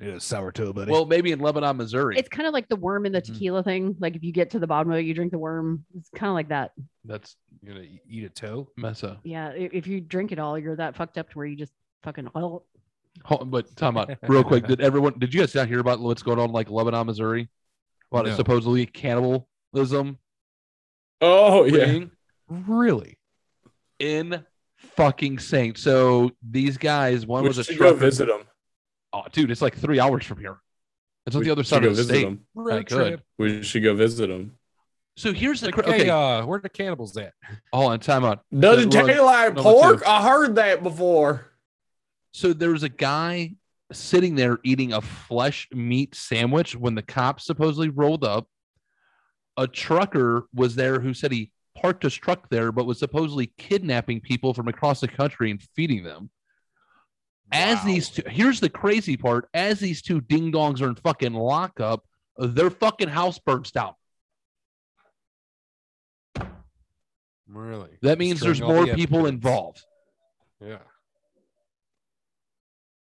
S4: Yeah, sour toe, buddy.
S1: Well, maybe in Lebanon, Missouri.
S3: Mm. It's kind of like the worm in the
S1: Mhm.
S3: tequila thing. Like if you get to the bottom of it, you drink the worm. It's kind of like that.
S1: That's
S4: you're gonna e- eat a toe.
S1: messa.
S3: Yeah, i- if you drink it all, you're that fucked up to where you just fucking. Oh,
S1: Ho- But time out real quick. Did everyone did you guys not hear about what's going on in like Lebanon, Missouri? About a
S4: No.
S1: supposedly cannibalism
S2: Oh yeah.
S1: ring?
S4: Really?
S1: in fucking saint. So these guys, one
S2: We
S1: was a
S2: should go
S1: trucker.
S2: visit them.
S1: Oh, dude, it's like three hours from here. It's on
S2: We
S1: the other
S2: should
S1: side
S2: go
S1: of the
S2: visit
S1: state.
S2: them.
S1: Road trip.
S2: We should go visit them.
S1: So here's the
S4: Like,
S1: cra-
S4: hey,
S1: okay.
S4: uh, where are the cannibals at?
S1: Hold on, time out.
S2: Doesn't
S1: Look,
S2: taste like
S1: number
S2: pork.
S1: two.
S2: I heard that before.
S1: So there was a guy sitting there eating a flesh meat sandwich when the cops supposedly rolled up. A trucker was there who said he parked his truck there, but was supposedly kidnapping people from across the country and feeding them. As
S4: Wow.
S1: these two, here's the crazy part: as these two ding dongs are in fucking lockup, their fucking house burns down.
S4: really,
S1: That means there's
S4: Destroying all
S1: more
S4: the
S1: people
S4: evidence.
S1: involved.
S4: Yeah.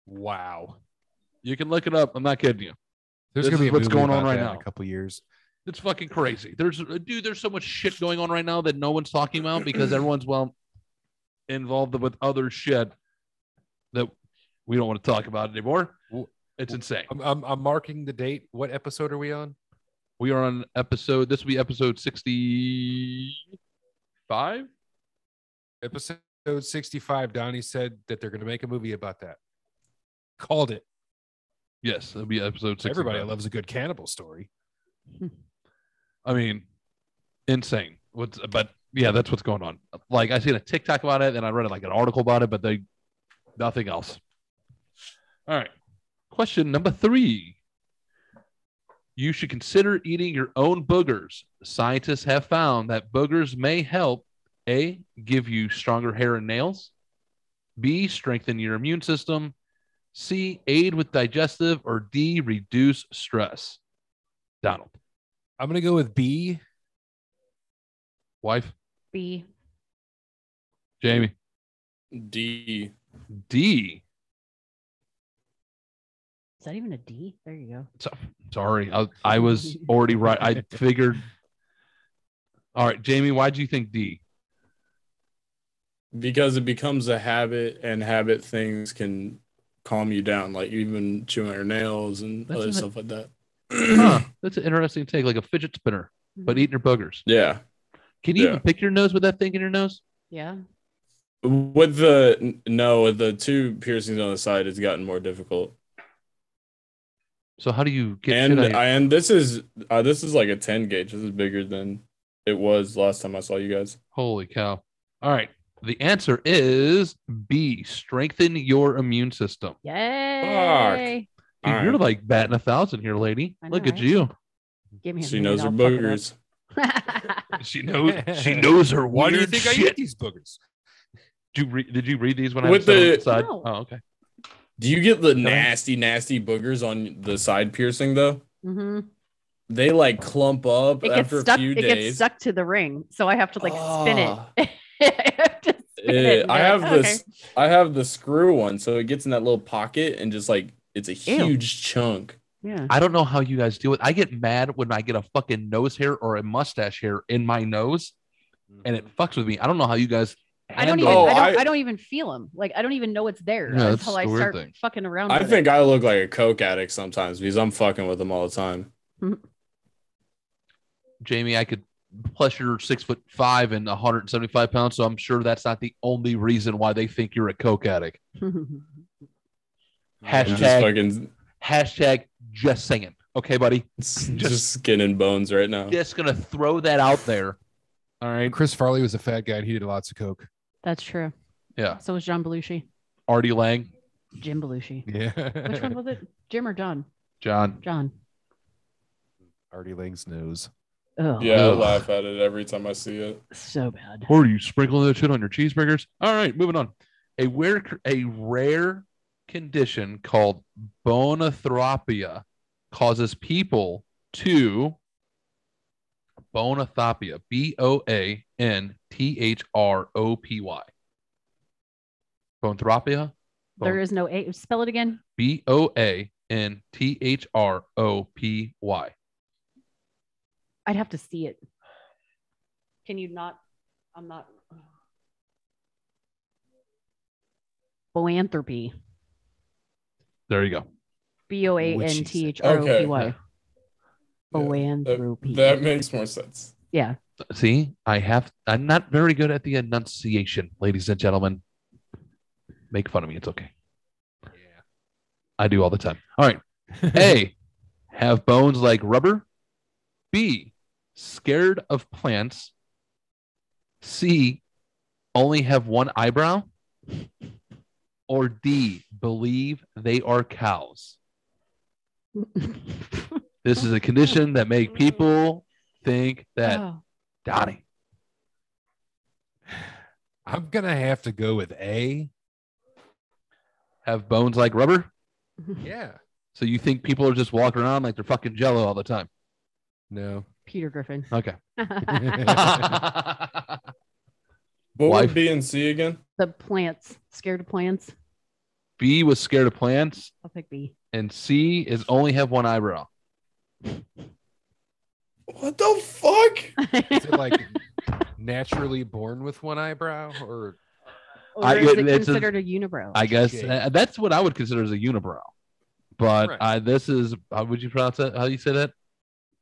S4: Wow.
S1: You can look it up. I'm not kidding you.
S4: There's
S1: This
S4: gonna
S1: is
S4: be a
S1: what's
S4: movie
S1: going on
S4: about
S1: right
S4: that in
S1: now.
S4: a couple years.
S1: It's fucking crazy. There's uh, dude, there's so much shit going on right now that no one's talking about because everyone's well involved with other shit that we don't want to talk about anymore.
S4: Well-
S1: It's insane.
S4: I'm, I'm I'm marking the date. What episode are we on?
S1: We are on episode this will be episode 65.
S4: Episode 65. Donnie said that they're gonna make a movie about that. Called it.
S1: Yes, it'll be episode 65.
S4: Everybody loves a good cannibal story.
S1: I mean, insane. What's but yeah, that's what's going on. Like I seen a TikTok about it, and I read like an article about it, but they nothing else. All right. Question number three. You should consider eating your own boogers. Scientists have found that boogers may help A, give you stronger hair and nails, B, strengthen your immune system, C, aid with digestive, or D, reduce stress. Donald,
S4: I'm gonna go with B.
S1: wife,
S3: B.
S1: Jamie.
S2: D.
S1: D.
S3: Is that even a D? There you go.
S1: So, sorry, I, I was already right. I figured. All right, Jamie, why do you think D?
S2: Because it becomes a habit, and habit things can calm you down, like even chewing your nails and
S1: That's
S2: other
S1: a-
S2: stuff like that.
S1: Huh, that's an interesting take, like a fidget spinner, but eating your boogers.
S2: yeah.
S1: Can you
S2: Yeah.
S1: even pick your nose with that thing in your nose?
S3: Yeah.
S2: With the n- no, with the two piercings on the side, it's gotten more difficult.
S1: So how do you get
S2: and
S1: shit out of your-
S2: I, and this is uh, this is like a ten gauge. This is bigger than it was last time I saw you guys.
S1: Holy cow! All right, the answer is B. Strengthen your immune system.
S3: Yay.
S1: Dude,
S2: All
S1: you're
S2: right.
S1: like batting a thousand here, lady.
S3: I know,
S1: Look at
S3: right?
S1: you.
S3: Give me a
S2: She
S3: minute,
S2: knows her
S3: I'll fuck it
S2: boogers.
S3: up.
S1: She knows. she knows her.
S4: Why do you
S1: weird
S4: think I
S1: shit.
S4: eat these boogers?
S1: Did you read, did you read these when I
S2: With
S1: was the,
S2: the-
S1: outside?
S3: No.
S1: Oh, okay.
S2: Do you get the nasty, nasty boogers on the side piercing though?
S3: hmm
S2: They like clump up
S3: It gets
S2: after
S3: stuck.
S2: a few
S3: It gets
S2: days.
S3: stuck to the ring, so I have to like spin
S2: Ah.
S3: it. I have to spin it
S2: Eh,
S3: and
S2: I
S3: be
S2: have
S3: like,
S2: this. I have the screw one, so it gets in that little pocket and just like it's a
S3: Ew.
S2: huge chunk.
S3: okay. Yeah.
S1: I don't know how you guys do it. I get mad when I get a fucking nose hair or a mustache hair in my nose, Mm-hmm. and it fucks with me. I don't know how you guys.
S3: I don't even.
S1: handle
S2: Oh,
S1: it.
S3: I, don't, I,
S2: I-
S3: don't even feel them. Like I don't even know it's there
S1: Yeah, that's
S3: until I
S1: the weird
S3: start
S1: thing.
S3: fucking around.
S2: I
S3: with
S2: think
S3: It.
S2: I look like a coke addict sometimes because I'm fucking with them all the time.
S1: Jamie, I could plus you're six foot five and 175 pounds, so I'm sure that's not the only reason why they think you're a coke addict.
S2: I'm
S1: Hashtag-
S2: just fucking
S1: Hashtag just saying. Okay, buddy.
S2: just, skin and bones right now.
S1: Just gonna throw that out there. All right.
S4: Chris Farley was a fat guy and he did lots of coke.
S3: That's true.
S1: Yeah.
S3: So was John Belushi,
S1: Artie Lang,
S3: Jim Belushi.
S4: Yeah.
S3: Which one was it? Jim or John?
S1: John.
S3: John.
S4: Artie Lang's nose.
S3: Oh,
S2: Yeah, I
S1: Ugh.
S2: laugh at it every time I see it.
S3: so bad.
S1: Or are you sprinkling that shit on your cheeseburgers? All right, moving on. A rare, a rare condition called bonothropia causes people to bonothropia, B O A N T H R O P Y. Bonothropia,
S3: There is no A. Spell it again.
S1: B O A N T H R O P Y.
S3: I'd have to see it. Can you not? I'm not. Boanthropy.
S1: There you go.
S3: B O A
S4: What she
S3: N
S4: said.
S3: T H R O P Y.
S1: Okay.
S2: That,
S3: Boanthropy.
S2: that makes more sense.
S3: yeah.
S1: See, I have. I'm not very good at the enunciation, ladies and gentlemen. Make fun of me. It's okay.
S4: Yeah.
S1: I do all the time. All right. A, have bones like rubber. B, scared of plants. C, only have one eyebrow. Or D, believe they are cows. This is a condition that make people think that
S3: Oh,
S1: Donnie.
S4: I'm gonna have to go with A.
S1: have bones like rubber.
S4: Yeah.
S1: So you think people are just walking around like they're fucking jello all the time.
S4: No.
S3: Peter Griffin.
S1: Okay.
S2: What
S1: Wife.
S2: would B and C again?
S3: the plants. Scared of plants.
S1: B was scared of plants,
S3: I'll pick B.
S1: and C is only have one eyebrow.
S2: What the fuck?
S4: Is it like naturally born with one eyebrow or
S3: Or
S1: I-
S3: is
S1: it-
S3: it
S1: it's a-
S3: considered a, unibrow?
S1: I guess
S4: Okay.
S1: uh, that's what I would consider as a unibrow. But
S4: Right.
S1: I, this is how would you pronounce that? How do you say that?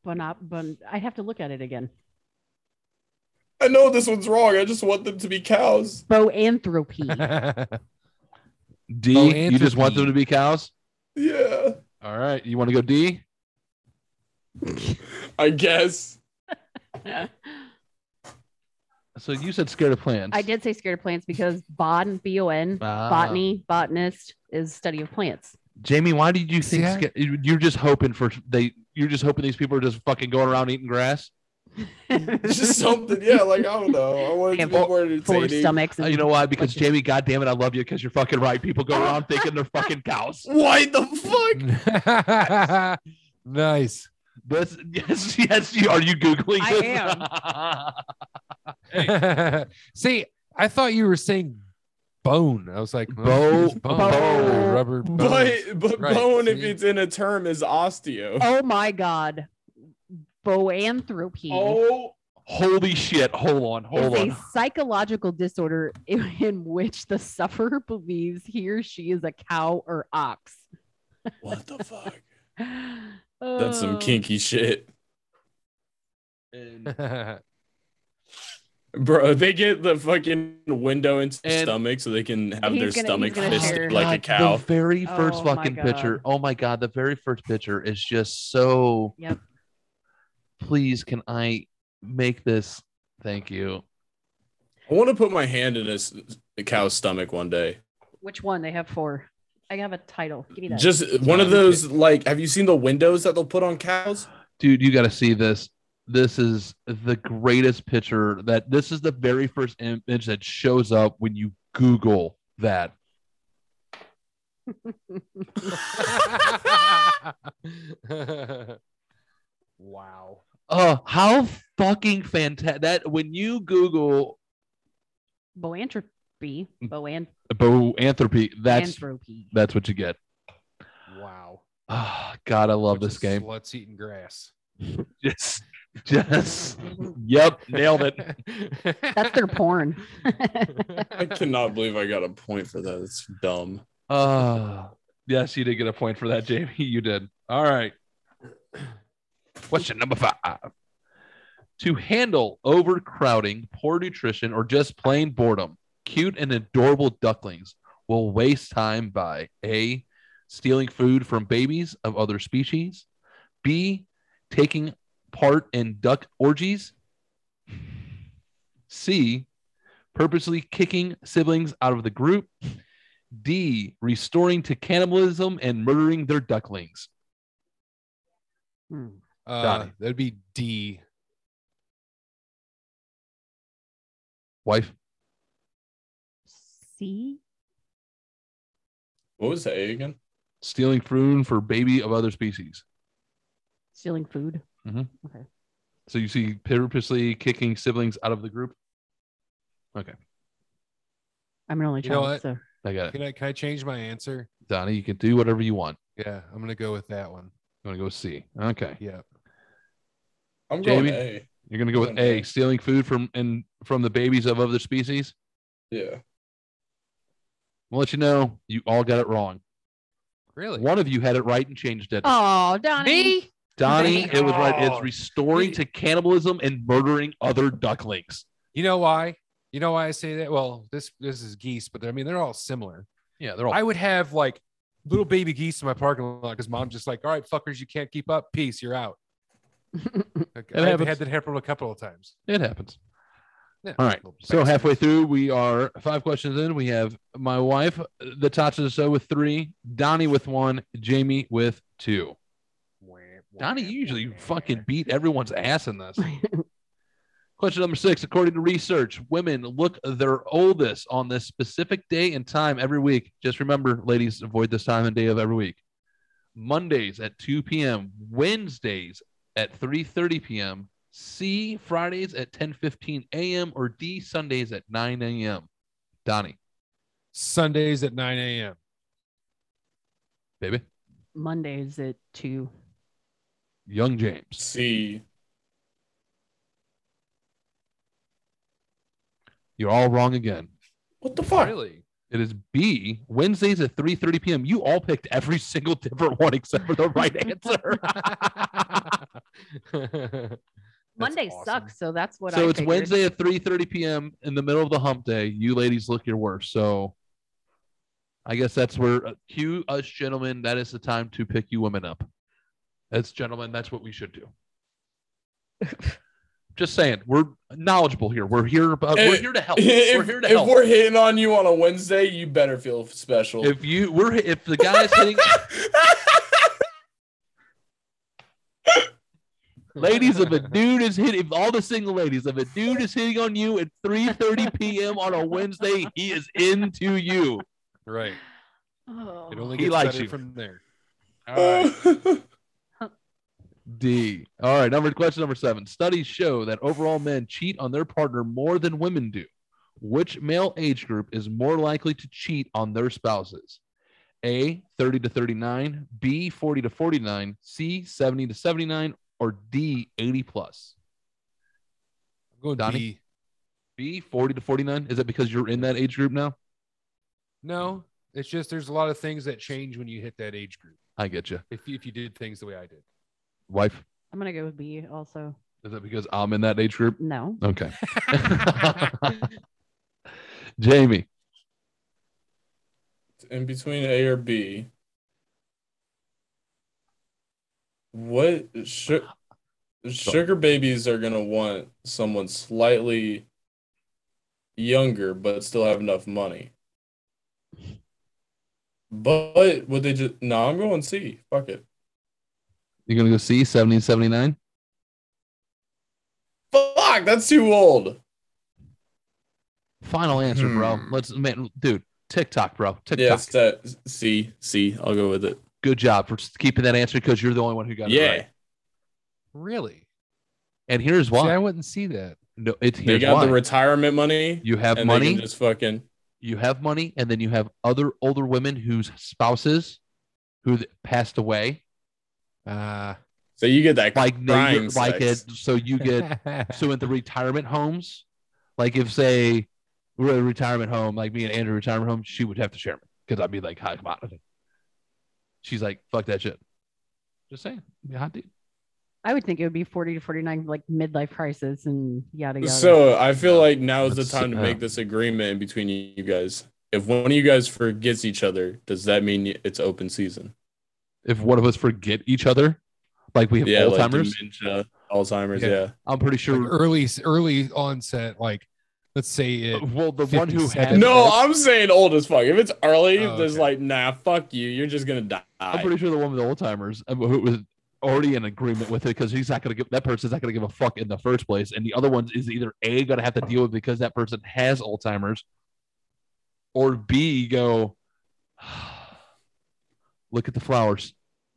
S3: Bonop, bon, I'd have to look at it again.
S2: I know this one's wrong. I just want them to be cows.
S3: Boanthropy.
S1: Oh, D. you just want them to be cows.
S2: Yeah,
S1: All right. You want to go D?
S2: I guess.
S1: So you said scared of plants.
S3: I did say scared of plants because bon, B O N,
S1: Ah.
S3: botany, botanist is study of plants.
S1: Jamie, why did you think
S4: See, I-
S1: sca- you- you're just hoping for they? You're just hoping these people are just fucking going around eating grass.
S2: It's just something. Yeah, like I don't know. I want it to be
S3: Yeah,
S2: more
S3: Four
S2: entertaining.
S3: stomachs.
S1: Uh,
S3: And
S1: you know why? Because
S3: fucking-
S1: Jamie, goddamn it, I love you because you're fucking right. People go around thinking they're fucking cows.
S2: What the fuck?
S4: be? nice.
S1: This, yes, yes, you are. You googling?
S3: I
S1: this?
S4: See, I thought you were saying bone. I was like, well,
S1: Bo-
S4: it's bone,
S1: bone.
S4: rubber bone.
S2: But but
S4: Right,
S2: bone, if
S4: see?
S2: it's in a term, is osteo.
S3: oh my God. Boanthropy
S2: Oh,
S1: Holy shit! Hold on, hold
S3: is
S1: on.
S3: a psychological disorder in, in which the sufferer believes he or she is a cow or ox.
S2: what the fuck?
S3: That's
S2: That's some kinky shit, bro. They get the fucking window into the
S1: And-
S2: stomach so they can have
S3: He's
S2: their
S3: gonna-
S2: stomach
S3: he's gonna
S2: fisted
S3: share.
S2: like a
S1: God,
S2: cow.
S1: The very
S3: Oh
S1: first
S3: my
S1: fucking
S3: God.
S1: picture. Oh my god, the very first picture is just so.
S3: Yep.
S1: Please, can I make this? Thank you.
S2: I want to put my hand in a, s- a cow's stomach one day.
S3: Oh, Which one? They have four. I have a title. Give me that.
S2: Just one of
S4: okay.
S2: those, like, have you seen the windows that they'll put on cows?
S1: dude you got to see this this is the greatest picture that this is the very first image that shows up when you google that
S4: wow.
S1: uh how fucking fantastic that when you google
S3: Boanthropy. Boan-
S1: boanthropy that's
S3: Boanthropy.
S1: Mm, that's what you get
S4: Wow.
S1: oh god i love this game
S4: Sluts eating grass.
S1: yes yes yep nailed it
S3: That's their porn.
S2: I cannot believe I got a point for that. It's dumb.
S1: uh yes you did get a point for that jamie you did all right Question number five. To handle overcrowding, poor nutrition, or just plain boredom, cute and adorable ducklings will waste time by A, stealing food from babies of other species, B, taking part in duck orgies, C, purposely kicking siblings out of the group, D, restoring to cannibalism and murdering their ducklings.
S3: Hmm.
S4: uh,
S1: Donnie.
S4: that'd be D.
S1: Wife,
S3: See?
S2: What was the A again?
S1: stealing food for baby of other species.
S3: Stealing food.
S1: So you see purposely kicking siblings out of the group.
S3: I'm an only
S4: You know
S3: child.
S4: what?
S3: so
S1: I got it.
S4: Can I can I change my answer?
S1: Donnie, you can do whatever you want.
S4: Yeah, I'm gonna go with that one.
S1: You want to go with C. Okay.
S4: Yeah.
S2: I'm
S1: Jamie?
S2: going A.
S1: You're going to go with A, stealing food from and from the babies of other species.
S2: Yeah.
S1: I'll let you know you all got it wrong.
S4: Really?
S1: One of you had it right and changed it.
S3: Oh, Donnie.
S1: Donnie,
S3: Me?
S1: it was right.
S4: Oh.
S1: It's restoring to cannibalism and murdering other ducklings.
S4: You know why? You know why I say that? Well, this this is geese, but I mean they're all similar.
S1: Yeah, they're all.
S4: I would have like little baby geese in my parking lot because mom's just like, all right, fuckers, you can't keep up. Peace, you're out. Like,
S1: It
S4: I've
S1: happens.
S4: had that happen a couple of times.
S1: it happens.
S4: Yeah.
S1: All right.
S4: Little
S1: So
S4: bastard.
S1: halfway through, we are five questions in. We have my wife, the Tots of the Show with three, Donnie with one, Jamie with two. Donnie you usually fucking beat everyone's ass in this. Question number six. According to research, women look their oldest on this specific day and time every week. Just remember, ladies, avoid this time and day of every week. Mondays at 2 p.m., Wednesdays at 3:30 p.m., C Fridays at 10:15 a.m. or D Sundays at 9 a.m. Donnie,
S4: Sundays at 9 a.m.
S1: baby,
S3: Mondays at two.
S1: young James.
S2: C.
S1: You're all wrong again.
S2: What the fuck?
S4: Really?
S1: It is B Wednesdays at 3:30 p.m. You all picked every single different one except for the right answer.
S4: That's
S3: Monday
S4: awesome.
S3: sucks, so that's what.
S1: so
S3: I
S1: it's
S3: figured.
S1: Wednesday at 3:30 p.m. in the middle of the hump day. You ladies look your worst. So I guess that's where uh, cue us gentlemen. That is the time to pick you women up. As gentlemen, that's what we should do. Just saying, we're knowledgeable here. We're here about. we're
S2: If-
S1: here to help. we're
S2: If,
S1: here to
S2: if
S1: help.
S2: we're hitting on you on a Wednesday, you better feel special.
S1: if you, we're if the guys hitting ladies, if a dude is hitting, if all the single ladies, if a dude is hitting on you at 3:30 p.m. on a Wednesday, he is into you.
S4: Right.
S3: Oh.
S4: It only
S1: He
S4: gets
S1: likes
S4: better
S1: you.
S4: from there.
S1: D. All right, number question number seven. Studies show that overall men cheat on their partner more than women do. Which male age group is more likely to cheat on their spouses? A 30 to 39, B 40 to 49, C 70 to 79, or D 80 plus.
S4: I'm going
S1: Donnie? B
S4: B.
S1: 40 to 49. Is that because you're in that age group now?
S4: No, it's just there's a lot of things that change when you hit that age group.
S1: I get you.
S4: If you, if you did things the way I did.
S1: Wife,
S3: I'm gonna go with B. Also,
S1: is that because I'm in that age group?
S3: no.
S1: Okay. Jamie,
S2: in between A or B. What su- sugar babies are gonna want someone slightly younger but still have enough money. But would they just no, I'm going C. Fuck it.
S1: you're going to go C 70 to 79?
S2: Fuck, that's too old.
S1: Final answer, bro.
S2: Hmm.
S1: Let's man, dude. TikTok, bro. TikTok.
S2: Yeah, it's that C, C. I'll go with it.
S1: Good job for keeping that answer because you're the only one who got it
S2: Yeah.
S1: right.
S4: Really?
S1: And here's why.
S4: See, I wouldn't see that.
S1: no, it's
S2: They
S1: here's
S2: got
S1: why.
S2: the retirement money
S1: you have
S2: and money? they
S1: money.
S2: can just fucking
S1: you have money, and then you have other older women whose spouses who th- passed away.
S4: Uh,
S2: so you get that
S1: Like they,
S2: crying
S1: like it.
S2: sex.
S1: So you get so at the retirement homes, like if say we're at a retirement home, like me and Andrew retirement home, she would have to share me because I'd be like high commodity. She's like, fuck that shit. Just saying, be a hot dude.
S3: I would think it would be 40 to 49, like midlife crisis and yada yada.
S2: So I feel like now is the
S1: Let's- Uh.
S2: time to
S1: yeah.
S2: make this agreement between you guys. If one of you guys forgets each other, does that mean it's open season?
S1: if one of us forget each other, like we have
S2: Yeah,
S1: Alzheimer's,
S2: like dementia, Alzheimer's.
S4: Yeah.
S2: Yeah.
S1: I'm pretty sure.
S4: Like early early onset, like let's say it.
S1: well, the one who
S4: 57.
S1: had
S2: No, I'm saying old as fuck. If it's early,
S4: Oh,
S2: there's
S4: okay.
S2: like, nah, fuck you. You're just gonna die.
S1: I'm pretty sure the one with the Alzheimer's um, who was already in agreement with it because he's not gonna give that person's not gonna give a fuck in the first place, and the other one is either a gonna have to deal with because that person has Alzheimer's, or b go. Look at the flowers.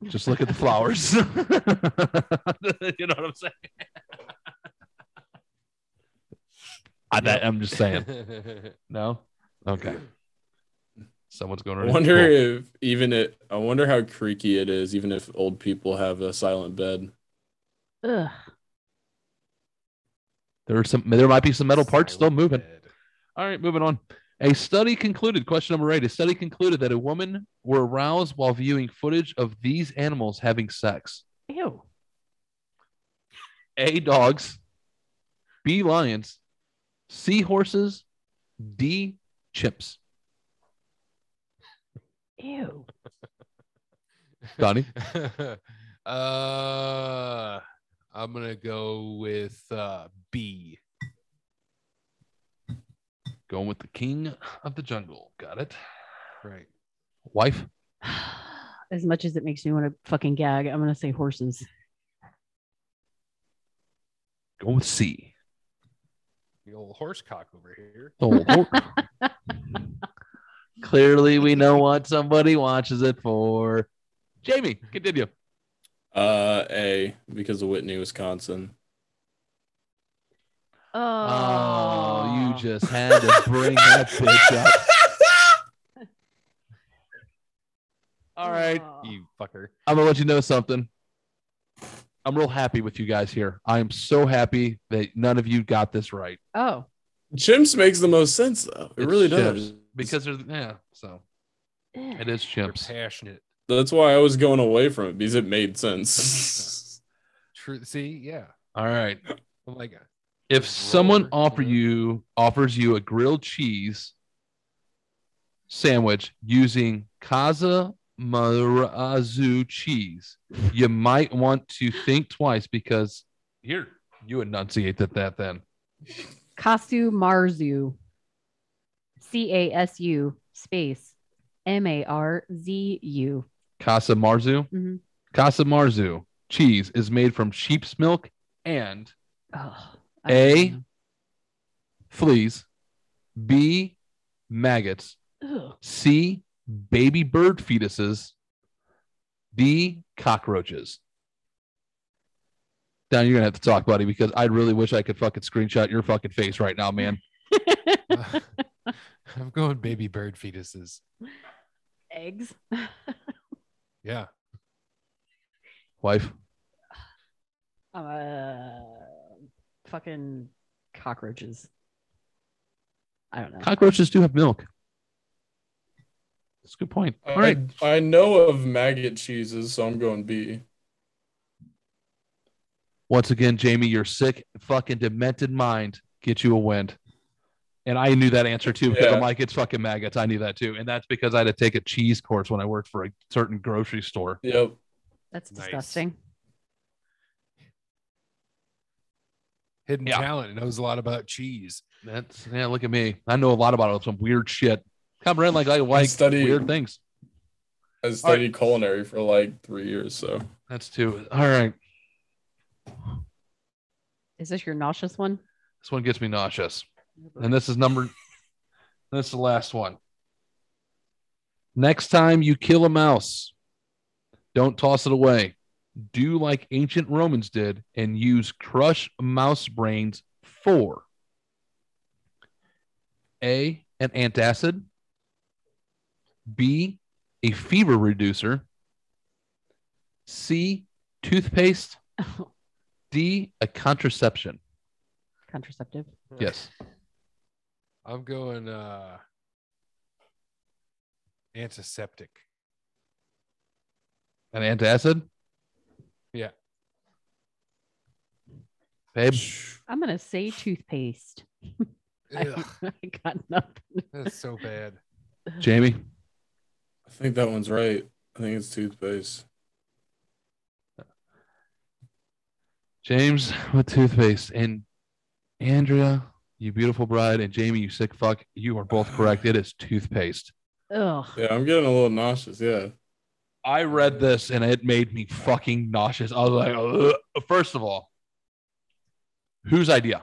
S1: Just look at the flowers. you know what I'm saying? I, that, I'm just saying. No. Okay. Someone's going.
S2: I
S1: already.
S2: wonder
S1: Cool.
S2: if even it. I wonder how creaky it is, even if old people have a silent bed.
S3: Ugh.
S1: there are some. There might be some metal parts still
S4: Silent
S1: moving.
S4: bed.
S1: All right, moving on. A study concluded. Question number eight. A study concluded that a woman were aroused while viewing footage of these animals having sex.
S3: Ew.
S1: A dogs, B lions, C horses, D chimps.
S3: Ew.
S1: Donnie,
S4: uh, I'm gonna go with uh, B.
S1: Going with the king of the jungle. Got it.
S4: Right.
S1: Wife.
S3: As much as it makes me want to fucking gag, I'm gonna say horses.
S1: Going with C.
S4: The old horse cock over here.
S1: The old whore. Oh, Clearly, we know what somebody watches it for. Jamie, continue.
S2: Uh, A because of Whitney, Wisconsin.
S3: Oh,
S1: Oh, you just had to bring that bitch up. All right.
S3: Ah.
S4: You fucker.
S1: I'm gonna let you know something. I'm real happy with you guys here. I am so happy that none of you got this right
S3: Oh,
S2: Chimps makes the most sense though. It
S1: It's
S2: really does.
S1: chimps. because they're yeah. So it is
S4: You're
S1: chimps.
S4: passionate.
S2: That's why I was going away from it because it made sense.
S4: True. See, yeah.
S1: All right.
S4: I'm like,
S1: If someone
S4: Roller,
S1: offer
S4: yeah.
S1: you offers you a grilled cheese sandwich using Casa Marazu cheese, you might want to think twice because here you enunciate that that then.
S3: Kasu Marzu. C A S U space M A R Z U.
S1: Casa Marzu.
S3: Mhm.
S1: Casa Marzu cheese is made from sheep's milk and
S3: Oh,
S1: A. fleas, B, maggots,
S3: Ugh.
S1: C, baby bird fetuses, D, cockroaches. Down, you're gonna have to talk, buddy, because I really wish I could fucking screenshot your fucking face right now, man.
S4: I'm going baby bird fetuses.
S3: Eggs.
S4: Yeah.
S1: Wife,
S3: Uh, fucking cockroaches. I don't know.
S1: cockroaches do have milk. That's a good point. All right,
S2: I, I know of maggot cheeses, so I'm going B.
S1: once again, Jamie, your sick, fucking demented mind get you a win. And I knew that answer too because
S2: Yeah.
S1: I'm like, it's fucking maggots. I knew that too. And that's because I had to take a cheese course when I worked for a certain grocery store.
S2: Yep.
S3: That's
S4: Nice.
S3: disgusting.
S4: Hidden
S1: Yeah.
S4: talent knows a lot about cheese.
S1: That's yeah, look at me. I know a lot about some weird shit. Come in like I like
S2: study-
S1: weird things.
S2: I studied culinary for like three years, so
S1: That's too all right.
S3: Is this your nauseous one?
S1: This one gets me nauseous. And this is number this is the last one. Next time you kill a mouse, don't toss it away. Do like ancient Romans did and use crush mouse brains for A, an antacid, B, a fever reducer, C, toothpaste, D, a contraception.
S3: Contraceptive.
S1: Yes.
S4: I'm going uh antiseptic.
S1: An antacid?
S4: Yeah.
S1: Babe,
S3: I'm gonna say toothpaste. I,
S4: Ugh,
S3: I got nothing.
S4: that's so bad.
S1: Jamie,
S2: I think that one's right. I think it's toothpaste.
S1: James with toothpaste, and Andrea, you beautiful bride, and Jamie, you sick fuck, you are both correct. It is toothpaste.
S3: Ugh.
S2: Yeah, I'm getting a little nauseous. Yeah.
S1: I read this and it made me fucking nauseous. I was like, Ugh. first of all, whose idea?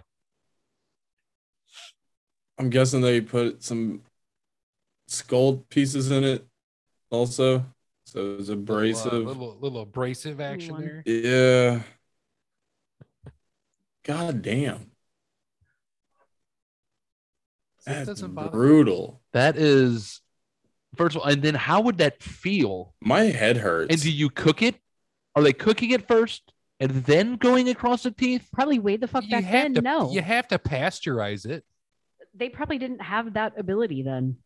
S2: I'm guessing they put some skull pieces in it also. So it's abrasive.
S4: Little, uh, little, little abrasive action
S3: one.
S4: there.
S2: Yeah. God damn.
S4: That
S2: That's
S4: doesn't bother me.
S2: brutal.
S1: That is, first of all, and then how would that feel?
S2: My head hurts.
S1: And do you cook it? Are they cooking it first and then going across the teeth?
S3: Probably way the fuck back
S4: have
S3: then.
S4: to,
S3: no,
S4: you have to pasteurize it.
S3: they probably didn't have that ability then.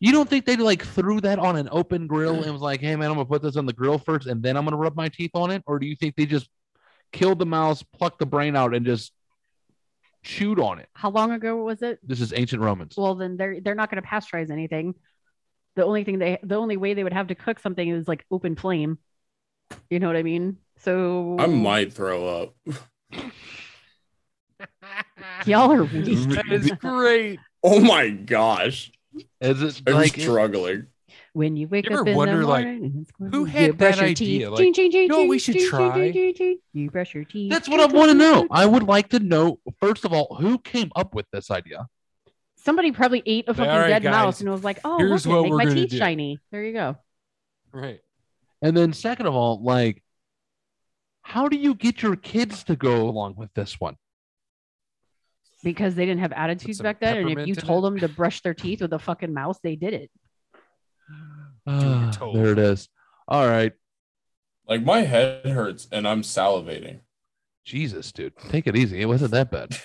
S1: You don't think they like threw that on an open grill and was like, "Hey man, I'm gonna put this on the grill first, and then I'm gonna rub my teeth on it," or do you think they just killed the mouse, plucked the brain out, and just chewed on it?
S3: How long ago was it?
S1: This is ancient Romans.
S3: Well, then they're they're not going to pasteurize anything. The only thing they the only way they would have to cook something is like open flame. You know what I mean? So
S2: I might throw up.
S3: Y'all are weak.
S4: that is great.
S2: Oh my gosh.
S1: Is it
S2: I'm
S1: like
S2: struggling.
S3: when you wake
S4: You ever
S3: up in
S4: wonder,
S3: the
S4: like,
S3: morning, it's going
S4: who
S3: to-
S4: had
S3: you brush
S4: that
S3: your
S4: idea?
S3: Teeth.
S4: Like,
S3: Ching, ching, ching,
S4: you know what we should
S3: ching, ching, ching,
S4: try?
S3: ching, ching, ching. You brush your teeth.
S1: that's what I want to know. I would like to know first of all who came up with this idea.
S3: Somebody probably ate a fucking
S4: all right,
S3: dead mouse
S4: guys,
S3: and was like, "Oh,
S4: here's
S3: look,
S4: what
S3: it make
S4: we're
S3: my
S4: gonna
S3: teeth
S4: do."
S3: shiny." There you go.
S4: Right.
S1: And then second of all, like how do you get your kids to go along with this one?
S3: Because they didn't have attitudes
S4: some
S3: back then, and if
S4: peppermint
S3: you
S4: in
S3: told
S4: it?
S3: them to brush their teeth with a fucking mouse, they did it.
S1: Ah,
S4: told.
S1: there it is. All right.
S2: Like my head hurts and I'm salivating.
S1: Jesus, dude. Take it easy. It wasn't that bad.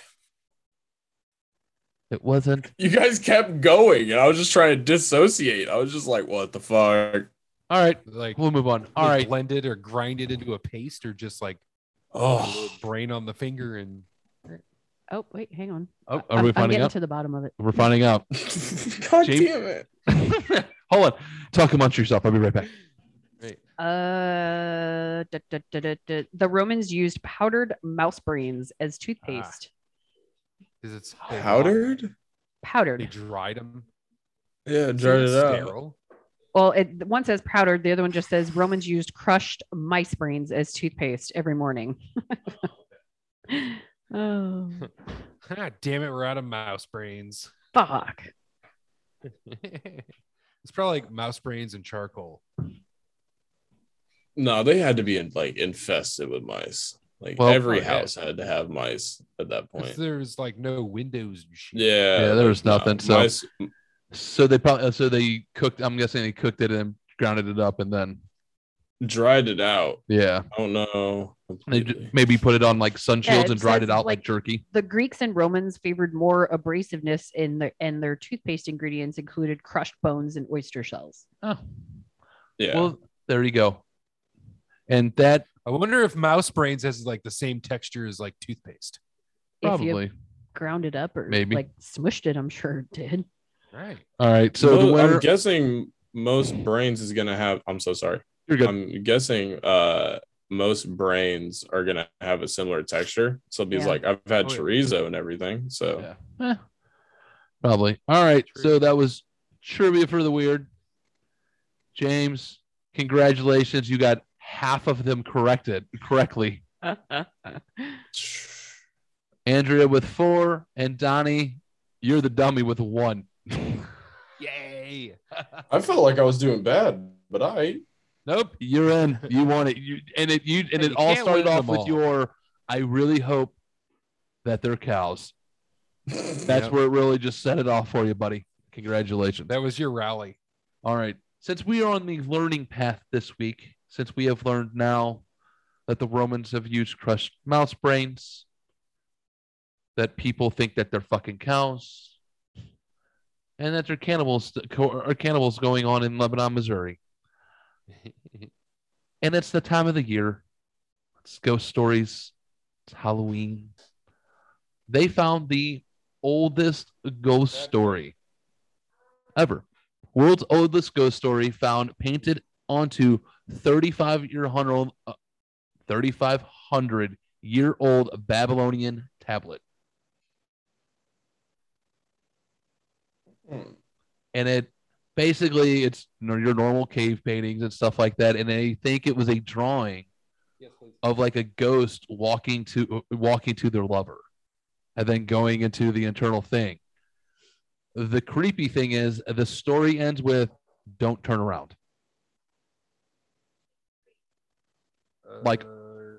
S1: It wasn't.
S2: You guys kept going and I was just trying to dissociate. I was just like, what the fuck?
S1: All right.
S4: Like
S1: We'll move on. All
S4: all
S1: right.
S4: blend it or grind it into a paste or just like a
S2: Oh,
S4: little brain on the finger and
S3: Oh wait, hang on.
S1: Oh,
S3: I'm-
S1: are we
S3: I'm
S1: finding
S3: getting
S1: out?
S3: to the bottom of it.
S1: We're finding out.
S2: God
S1: Jamie-
S2: damn it.
S1: Hold on. Talk amongst yourself. I'll be right back.
S3: Uh, da, da, da, da, da. the Romans used powdered mouse brains as toothpaste.
S4: because it's they-
S2: Powdered?
S4: They
S3: Powdered.
S4: dried them.
S2: Yeah, dried it out.
S4: sterile.
S3: Well, it one says powdered, the other one just says Romans used crushed mice brains as toothpaste every morning. oh
S4: Ah, damn it, we're out of mouse brains.
S3: fuck.
S4: it's probably like mouse brains and charcoal.
S2: No, they had to be in, like infested with mice. Like
S1: Well,
S2: every
S1: yeah.
S2: house had to have mice at that
S4: 'Cause
S2: point.
S4: There's like no windows and shit.
S2: Yeah,
S1: Yeah, there was
S2: no,
S1: nothing, so-
S2: mice-
S1: So they probably uh, so they cooked. I'm guessing they cooked it and grounded it up, and then
S2: dried it out.
S1: yeah,
S2: I don't know.
S1: they j- maybe put it on like sun
S3: Yeah,
S1: shields
S3: it
S1: and dried it
S3: says,
S1: out like,
S3: like-
S1: jerky.
S3: The Greeks and Romans favored more abrasiveness in the and their toothpaste ingredients included crushed bones and oyster shells.
S1: Oh,
S2: Yeah.
S1: well, there you go. And that
S4: I wonder if mouse brains has like the same texture as like toothpaste.
S3: If
S1: probably.
S3: you ground it up or
S1: Maybe.
S3: like smushed it, I'm sure it did.
S4: Right.
S1: All right. So the
S2: Mo-
S1: winner,
S2: I'm guessing most brains is gonna have. I'm so sorry.
S1: you're good.
S2: I'm guessing uh most brains are gonna have a similar texture. So it's
S3: Yeah.
S2: like I've had
S4: Oh, yeah.
S2: chorizo and everything. So
S1: yeah. Eh, probably. All right.
S4: True.
S1: So that was trivia for the weird. James, congratulations. You got half of them corrected correctly. Andrea with four, and Donnie, you're the dummy with one.
S4: Yay.
S2: I felt like I was doing bad, but I
S1: Nope, you're in. You won it. You and it you and
S4: Hey,
S1: it
S4: you
S1: all
S4: can't
S1: started
S4: win
S1: off
S4: them
S1: with
S4: all.
S1: your. I really hope that they're cows. That's
S4: Yep.
S1: where it really just set it off for you, buddy. Congratulations.
S4: That was your rally.
S1: All right. Since we are on the learning path this week, since we have learned now that the Romans have used crushed mouse brains, that people think that they're fucking cows, and that they're cannibals or cannibals going on in Lebanon, Missouri. And it's the time of the year. It's ghost stories. It's Halloween. They found the oldest ghost story ever. World's oldest ghost story found painted onto uh, 35 year hundred, 3,500 year old Babylonian tablet.
S2: Hmm.
S1: and it basically it's you know, your normal cave paintings and stuff like that and they think it was a drawing of like a ghost walking to walking to their lover and then going into the internal thing the creepy thing is the story ends with don't turn around Like-
S4: Uh,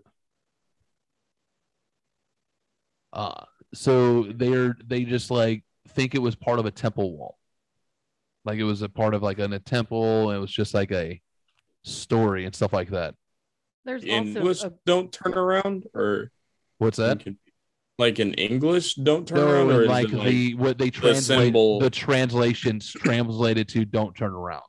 S1: uh, so they're they just like think it was part of a temple wall like it was a part of like an, a temple and it was just like a story and stuff like that
S3: There's
S2: in English
S3: also a
S2: don't turn around or
S1: what's that
S2: like in English don't turn
S1: No,
S2: around
S1: and
S2: or is
S1: like
S2: it like
S1: the what they translate the,
S2: symbol-
S1: translations translated to "don't turn around."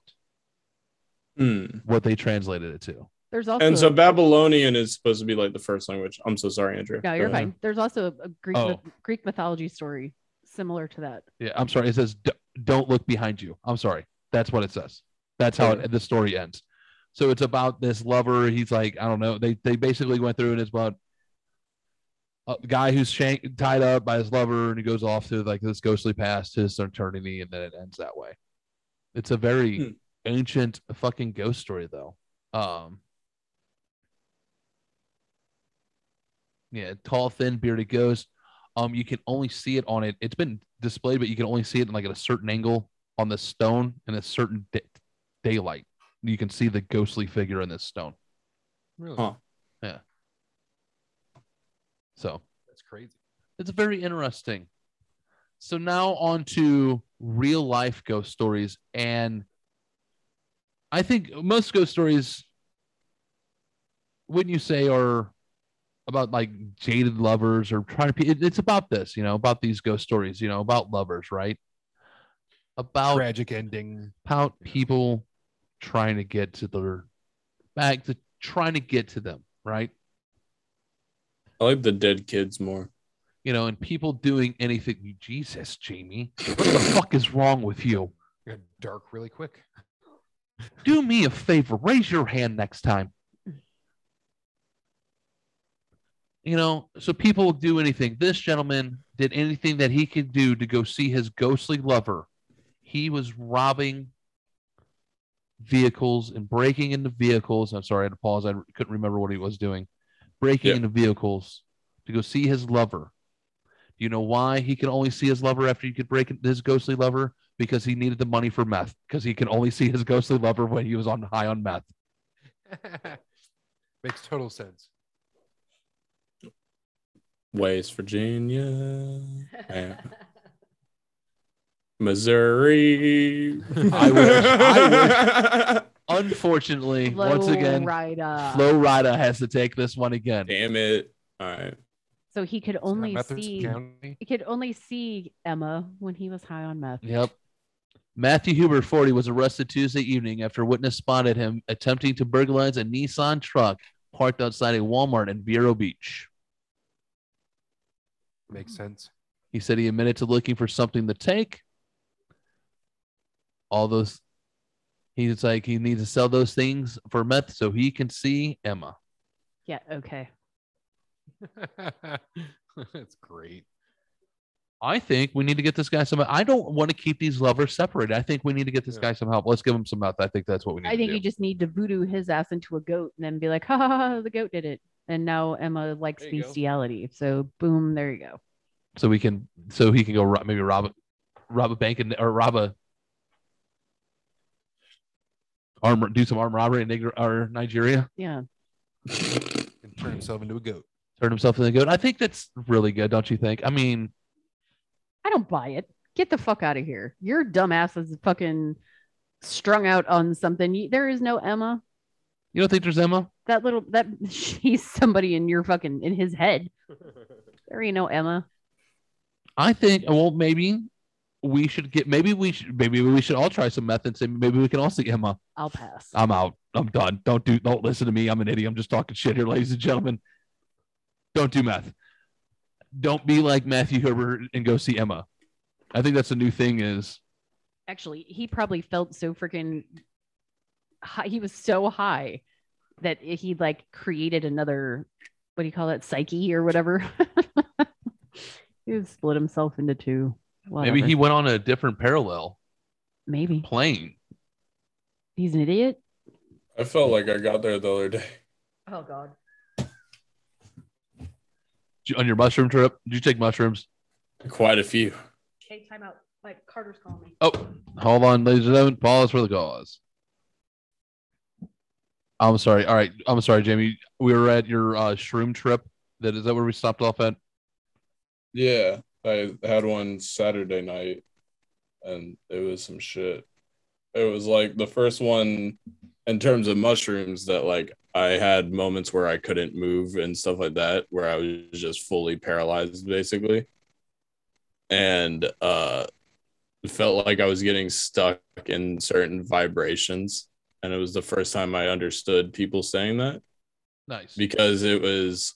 S2: Hmm.
S1: What they translated it to.
S3: there's also
S2: and so Babylonian is supposed to be like the first language. I'm so sorry, Andrew.
S3: No,
S2: Go
S3: you're
S2: ahead.
S3: fine. There's also a Greek
S1: Oh.
S3: myth- Greek mythology story similar to that.
S1: Yeah, I'm sorry. It says D- "don't look behind you." I'm sorry. That's what it says. That's how it, the story ends. So it's about this lover. He's like, I don't know. They they basically went through and it's about a guy who's shank- tied up by his lover and he goes off to like this ghostly past his eternity and then it ends that way it's a very
S2: Hmm.
S1: ancient fucking ghost story though um yeah tall thin bearded ghost um you can only see it on it it's been displayed but you can only see it in like at a certain angle on the stone in a certain da- daylight you can see the ghostly figure in this stone
S4: Really?
S2: Huh.
S1: so
S4: That's crazy.
S1: It's very interesting. So now on to real life ghost stories. And I think most ghost stories, wouldn't you say, are about like jaded lovers or trying to be, it- it's about this, you know, about these ghost stories, you know, about lovers, right?
S2: Oh.
S1: About
S4: Tragic ending.
S1: about people trying to get to their back to trying to get to them, right?
S2: I like the dead kids more.
S1: you know, and people doing anything. Jesus, Jamie, what the fuck is wrong with you?
S4: Got dark really quick.
S1: Do me a favor, raise your hand next time. You know, so people do anything. This gentleman did anything that he could do to go see his ghostly lover. He was robbing vehicles and breaking into vehicles. I'm sorry, I had to pause. I couldn't remember what he was doing. Breaking
S2: Yeah.
S1: into vehicles to go see his lover. Do you know why he could only see his lover after he could break into his ghostly lover? Because he needed the money for meth. Because he can only see his ghostly lover when he was on high on meth.
S4: Makes total sense.
S2: West Virginia, Yeah. Missouri.
S1: I wish- Unfortunately,
S3: Flow
S1: once again,
S3: rider.
S1: Flo Rida has to take this one again.
S2: Damn it. All right.
S3: So he could
S4: Isn't that
S3: only
S4: Methodist
S3: see
S4: County?
S3: he could only see Emma when he was high on meth.
S1: Yep. Matthew Huber, 40, was arrested Tuesday evening after a witness spotted him attempting to burglarize a Nissan truck parked outside a Walmart in Vero Beach.
S4: Makes sense.
S1: He said he admitted to looking for something to take. All those, he's like, he needs to sell those things for meth so he can see Emma.
S3: Yeah, okay.
S4: That's great.
S1: I think we need to get this guy some. I don't want to keep these lovers separated. I think we need to get this
S4: Yeah.
S1: guy some help. Let's give him some meth. I think that's what we need.
S3: I think
S1: to
S3: you
S1: do.
S3: just need to voodoo his ass into a goat and then be like, ha ha, ha the goat did it. And now Emma likes
S4: There you go.
S3: bestiality. So boom, there you go.
S1: so we can so he can go ro- maybe rob a rob a bank and or rob a arm do some armed robbery in Niger, or Nigeria.
S3: Yeah.
S4: And turn himself into a goat.
S1: Turn himself into a goat. I think that's really good, don't you think? I mean,
S3: I don't buy it. Get the fuck out of here. Your dumb ass is fucking strung out on something. You- There is no Emma.
S1: you don't think there's Emma?
S3: That little that she's somebody in your fucking in his head. There ain't no Emma.
S1: I think well maybe we should get maybe we should maybe we should all try some meth and say maybe we can all see Emma.
S3: I'll pass.
S1: I'm out. I'm done. Don't do don't listen to me. I'm an idiot. I'm just talking shit here, ladies and gentlemen. Don't do meth. Don't be like Matthew Herbert and go see Emma. I think that's the new thing is
S3: Actually, he probably felt so freaking high. He was so high that he like created another what do you call it? Psyche or whatever. he split himself into two.
S1: maybe he went on a different parallel
S3: maybe
S1: plane.
S3: he's an idiot.
S2: I felt like I got there the other day.
S3: Oh god.
S1: Did you- On your mushroom trip, did you take mushrooms?
S2: Quite a few.
S3: Okay, time out. Like Carter's calling me.
S1: Oh, hold on, ladies and gentlemen. Pause for the cause. I'm sorry. All right. I'm sorry, Jamie. We were at your uh, shroom trip. That is that where we stopped off at?
S2: Yeah. I had one Saturday night and it was some shit. It was like the first one in terms of mushrooms that like I had moments where I couldn't move and stuff like that, where I was just fully paralyzed basically. And uh it felt like I was getting stuck in certain vibrations. And it was the first time I understood people saying that
S1: Nice.
S2: because it was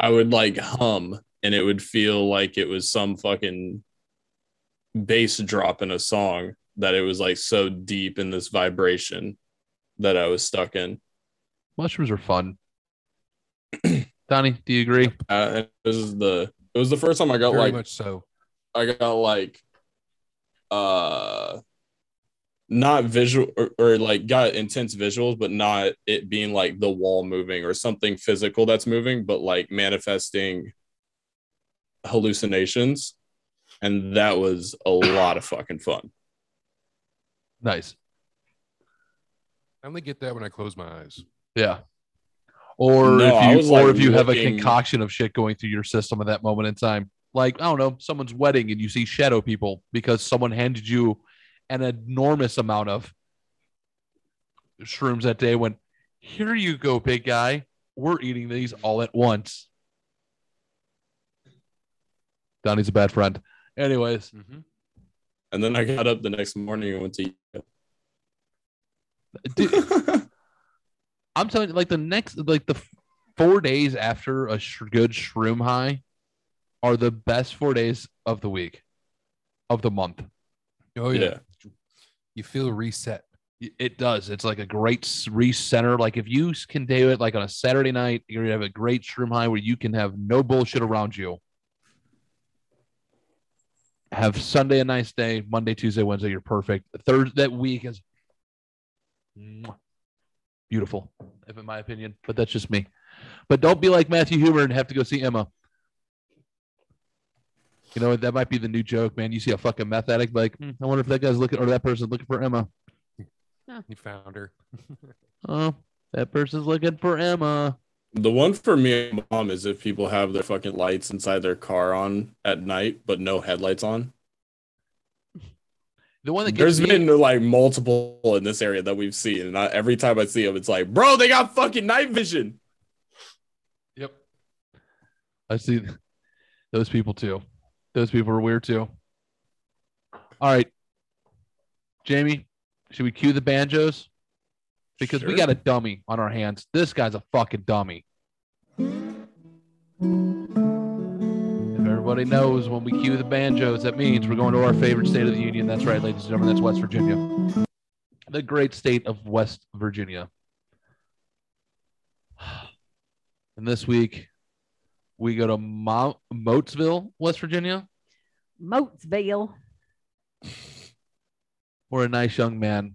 S2: I would like hum and it would feel like it was some fucking bass drop in a song that it was like so deep in this vibration that I was stuck in.
S1: Mushrooms are fun. Donnie, do you agree?
S2: Uh, and this is the it was the first time I got
S4: Very
S2: like
S4: much so.
S2: I got like uh not visual or, or like got intense visuals, but not it being like the wall moving or something physical that's moving, but like manifesting hallucinations. And that was a lot of fucking fun.
S1: Nice.
S4: I only get that when I close my eyes.
S1: Yeah. Or
S2: No, I
S1: if
S2: was,
S1: you or
S2: like,
S1: if you have a
S2: looking-
S1: concoction of shit going through your system at that moment in time. Like, I don't know, someone's wedding and you see shadow people because someone handed you an enormous amount of shrooms that day when here you go, big guy. We're eating these all at once. Donnie's a bad friend. Anyways,
S4: Mm-hmm.
S2: And then I got up the next morning and went to
S1: dude, I'm telling you, like the next, like the f- four days after a sh- good shroom high are the best four days of the week, of the month.
S4: Oh yeah.
S2: yeah.
S4: You feel reset.
S1: Y- It does. It's like a great s- recenter. Like if you s- can do it, like on a Saturday night, you're gonna have a great shroom high where you can have no bullshit around you. Have Sunday a nice day. Monday, Tuesday, Wednesday, you're perfect. Thursday that week is mwah, beautiful, if in my opinion. But that's just me. But don't be like Matthew Huber and have to go see Emma. You know that might be the new joke, man. You see a fucking meth addict, like "Hmm, I wonder if that guy's looking or that person's looking for Emma.
S4: You found her.
S1: Oh, that person's looking for Emma.
S2: The one for me and mom is if people have their fucking lights inside their car on at night, but no headlights on.
S1: The one that gets
S2: There's
S1: me,
S2: been like multiple in this area that we've seen, and I, every time I see them, it's like, bro, they got fucking night vision.
S4: Yep.
S1: I see those people too. Those people are weird too. All right, Jamie, should we cue the banjos? Because we
S2: Sure.
S1: got a dummy on our hands. This guy's a fucking dummy. If everybody knows when we cue the banjos, that means we're going to our favorite state of the union. That's right, ladies and gentlemen. That's West Virginia, the great state of West Virginia. And this week, we go to Mo- Moatesville, West Virginia,
S3: Moatsville.
S1: where a nice young man,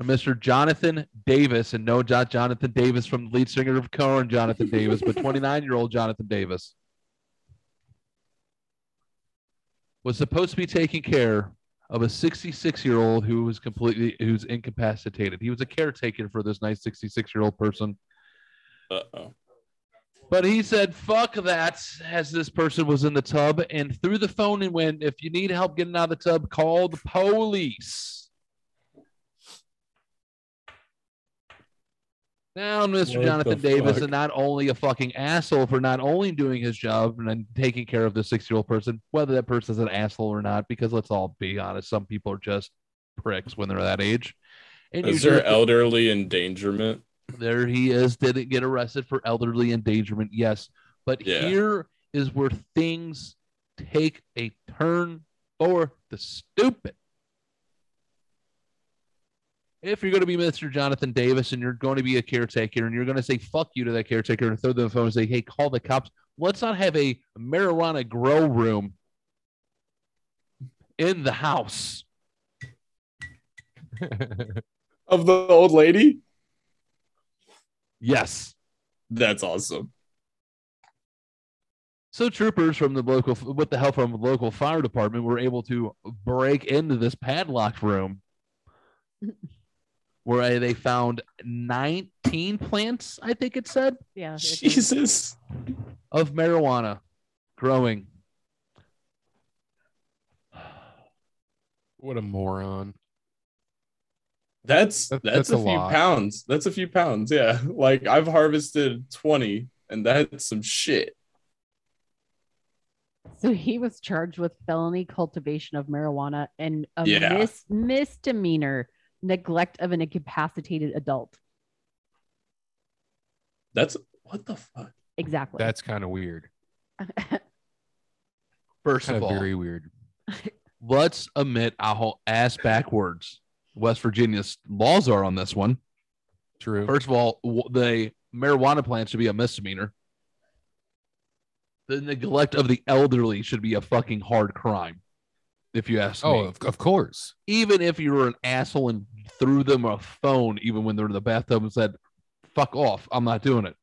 S1: a Mr. Jonathan Davis, and no, not Jonathan Davis from the lead singer of Cohen, Jonathan Davis, but 29 year old Jonathan Davis, was supposed to be taking care of a 66 year old who was completely who's incapacitated. He was a caretaker for this nice 66 year old person.
S2: Uh oh.
S1: But he said, fuck that, as this person was in the tub and threw the phone and went, if you need help getting out of the tub, call the police. Now, Mr.
S2: What
S1: Jonathan
S2: the
S1: Davis
S2: fuck?
S1: is not only a fucking asshole for not only doing his job and then taking care of the six year old person, whether that person's an asshole or not, because let's all be honest, some people are just pricks when they're that age. And
S2: Is
S1: usually-
S2: there elderly endangerment?
S1: there he is. Didn't get arrested for elderly endangerment. Yes. But
S2: Yeah.
S1: here is where things take a turn for the stupid. If you're going to be Mr. Jonathan Davis and you're going to be a caretaker and you're going to say fuck you to that caretaker and throw them the phone and say, hey, call the cops, let's not have a marijuana grow room in the house.
S2: Of the old lady?
S1: Yes.
S2: That's awesome.
S1: So troopers from the local, with the help from the local fire department, were able to break into this padlocked room, where they found 19 plants, I think it said,
S3: Yeah. it is.
S2: Jesus.
S1: of marijuana growing.
S4: What a moron.
S2: That's
S4: That-
S2: that's,
S4: that's
S2: a,
S4: a
S2: few
S4: lot.
S2: pounds. That's a few pounds. Yeah. Like I've harvested 20, and that's some shit.
S3: So he was charged with felony cultivation of marijuana and a
S2: Yeah.
S3: mis- misdemeanor neglect of an incapacitated adult.
S2: That's what the fuck?
S3: Exactly.
S4: That's kind of weird.
S1: First
S4: Kind
S1: of
S4: of
S1: all,
S4: very weird.
S1: let's admit our whole ass backwards. West Virginia's laws are on this one.
S4: True.
S1: First of all, w- they marijuana plants should be a misdemeanor. The neglect of the elderly should be a fucking hard crime, if you ask
S4: Oh,
S1: me.
S4: of, of course.
S1: Even if you were an asshole and threw them a phone, even when they're in the bathtub and said, fuck off, I'm not doing it.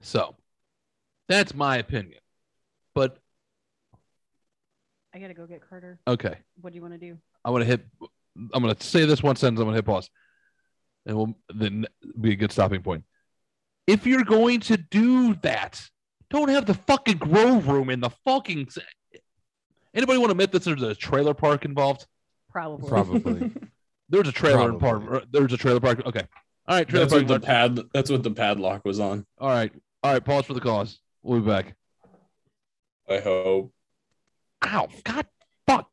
S1: So that's my opinion. But
S3: I gotta go get Carter.
S1: okay.
S3: What do you want to do?
S1: I'm gonna hit. I'm gonna say this one sentence. I'm gonna hit pause, and we'll then be a good stopping point. If you're going to do that, don't have the fucking grow room in the fucking. Anybody want to admit that there's a trailer park involved?
S3: Probably.
S4: Probably.
S1: There's a trailer in
S4: Probably.
S1: park. There's a trailer park. Okay. All right. Trailer
S2: That's what
S1: park.
S2: the pad. That's what the padlock was on.
S1: All right. All right. Pause for the cause. We'll be back.
S2: I hope.
S1: Ow. God. Fuck.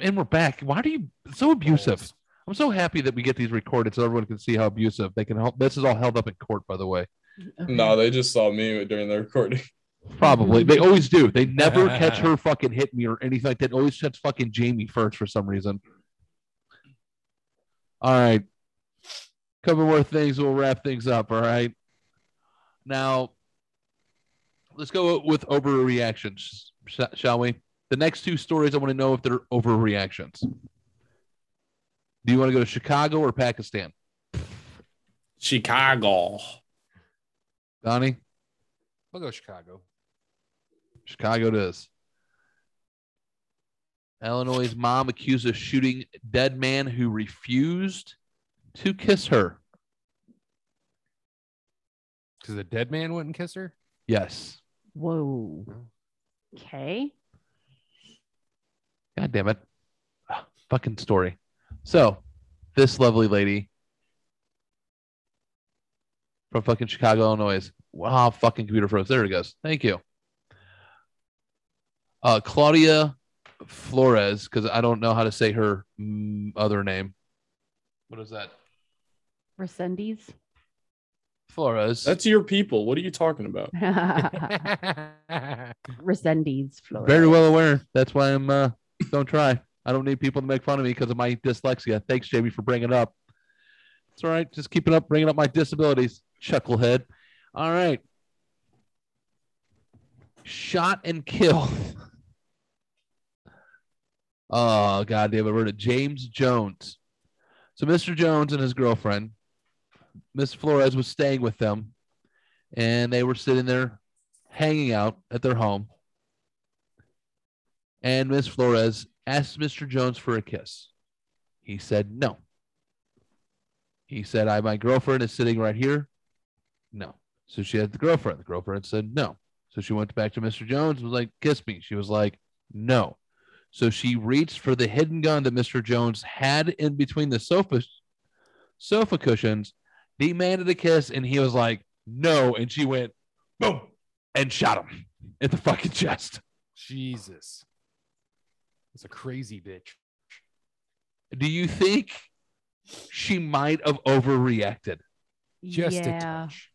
S1: And we're back. Why are you so abusive? I'm so happy that we get these recorded so everyone can see how abusive they can help. This is all held up in court, by the way.
S3: Okay.
S2: No, they just saw me during the recording.
S1: Probably. They always do. They never catch her fucking hit me or anything like that. Always catch fucking Jamie first for some reason. All right. Couple more things. We'll wrap things up. All right. Now, let's go with overreactions, sh- shall we? The next two stories, I want to know if they're overreactions. Do you want to go to Chicago or Pakistan?
S2: Chicago.
S1: Donnie,
S4: I'll go Chicago.
S1: Chicago it is. Illinois' mom accused of shooting dead man who refused to kiss her.
S4: Because the dead man wouldn't kiss her?
S1: Yes.
S3: Whoa. Okay.
S1: God damn it. Ah, Fucking story. So, this lovely lady from fucking Chicago, Illinois. Wow, fucking computer froze. There it goes. Thank you. Uh, Claudia Flores, because I don't know how to say her mm, other name. What is that?
S3: Resendiz.
S1: Flores.
S2: That's your people. What are you talking about?
S3: Resendiz. Florida.
S1: very well aware. That's why I'm uh, don't try. I don't need people to make fun of me because of my dyslexia. Thanks, Jamie, for bringing it up. It's all right. Just keeping up, bringing up my disabilities, chucklehead. All right. Shot and killed. oh, God damn it. We're to James Jones. So, Mr. Jones and his girlfriend, Miss Flores, was staying with them, and they were sitting there hanging out at their home and Miss Flores asked Mr. Jones for a kiss. He said no. He said, I my girlfriend is sitting right here. No. So she had the girlfriend. The girlfriend said no. So she went back to Mr. Jones and was like, kiss me. She was like, no. So she reached for the hidden gun that Mr. Jones had in between the sofa sofa cushions, demanded a kiss, and he was like, no. And she went, boom, and shot him in the fucking chest.
S4: Jesus. That's a crazy bitch.
S1: do you think she might have overreacted?
S4: Just a
S3: yeah.
S4: touch.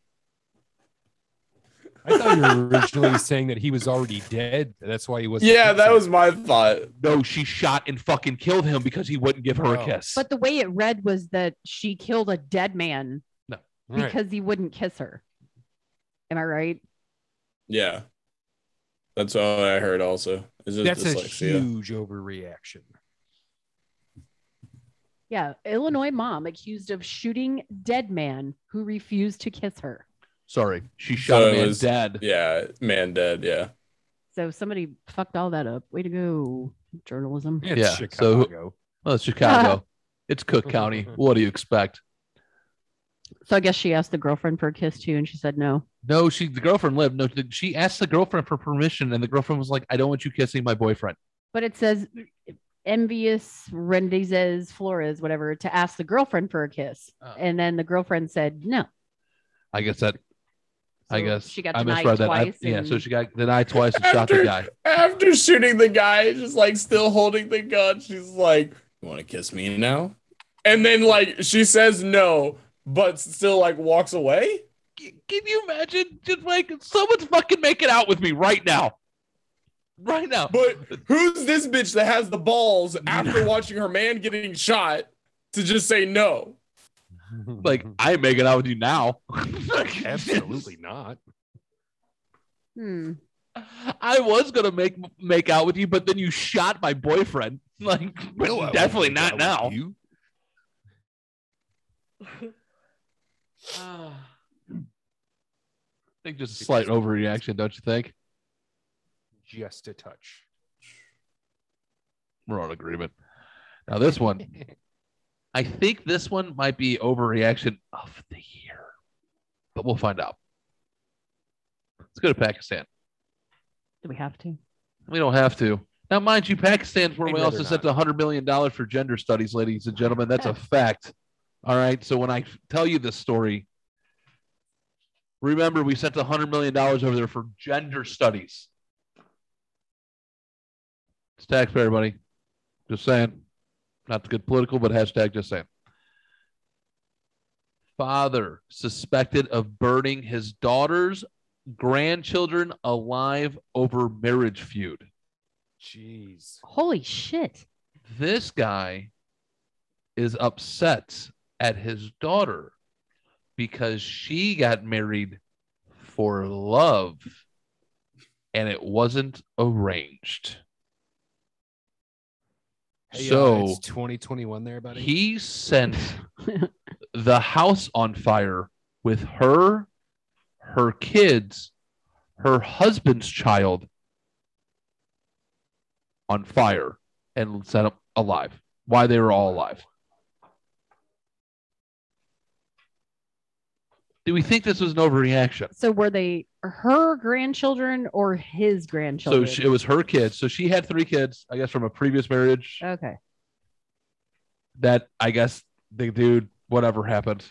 S4: I thought you were originally saying that he was already dead. That's why he was.
S2: Yeah, that was my thought.
S1: No, she shot and fucking killed him because he wouldn't give her a
S4: Oh.
S1: kiss.
S3: But the way it read was that she killed a dead man
S4: Right.
S3: because he wouldn't kiss her. Am I right?
S2: Yeah. That's what I heard also. Is it
S4: That's a
S2: dyslexia?
S4: huge overreaction.
S3: Yeah. Illinois mom accused of shooting dead man who refused to kiss her.
S1: Sorry, she shot
S2: So
S1: a
S2: it
S1: man
S2: was-
S1: dead.
S2: Yeah, man dead. Yeah.
S3: So somebody fucked all that up. Way to go, journalism.
S4: It's
S1: Yeah, so-
S4: Chicago.
S1: Well, it's Chicago. it's Cook County. What do you expect?
S3: So I guess she asked the girlfriend for a kiss too, and she said no.
S1: No, she the girlfriend lived. No, the- she asked the girlfriend for permission, and the girlfriend was like, "I don't want you kissing my boyfriend."
S3: But it says envious Rendizes Flores, whatever, to ask the girlfriend for a kiss.
S1: Oh.
S3: And then the girlfriend said no.
S1: I guess that. I
S3: So
S1: guess
S3: she got
S1: I
S3: denied
S1: misread that. I-
S3: twice.
S1: yeah, so
S3: and-
S1: she got denied twice and shot the
S2: After-
S1: guy.
S2: After shooting the guy, just like still holding the gun, she's like, You want to kiss me now? And then, like, she says no, but still, like, walks away.
S1: C- can you imagine? Just like someone's fucking making out with me right now, right now.
S2: But who's this bitch that has the balls after watching her man getting shot to just say no?
S1: Like I ain't making out with you now. Like,
S4: absolutely not.
S3: Hmm.
S1: I was gonna make make out with you, but then you shot my boyfriend. Like
S4: No, I won't
S1: definitely
S4: make
S1: not
S4: out
S1: now.
S4: with You.
S1: I think just a slight overreaction, don't you think?
S4: just a touch.
S1: We're on agreement. Now this one, I think this one might be overreaction of the year, but we'll find out. Let's go to Pakistan.
S3: Do we have to?
S1: We don't have to. Now, mind you, Pakistan's where
S4: I'd
S1: we
S4: rather
S1: also sent
S4: not.
S1: $100 million for gender studies, ladies and gentlemen. That's a fact. All right. So when I tell you this story, remember we sent $100 million over there for gender studies. It's taxpayer money. Just saying. Not to get political, but hashtag just saying. Father suspected of burning his daughter's grandchildren alive over marriage feud.
S4: Jeez.
S3: Holy shit.
S1: This guy is upset at his daughter because she got married for love and it wasn't arranged.
S4: uh,
S1: So-
S4: it's 2021 there, buddy.
S1: He sent the house on fire with her, her kids, her husband's child on fire and set up alive. Why they were all alive. Do we think this was an overreaction?
S3: So were they her grandchildren or his grandchildren?
S1: So she, it was her kids. So she had three kids, I guess, from a previous marriage
S3: okay.
S1: that I guess the dude, whatever happened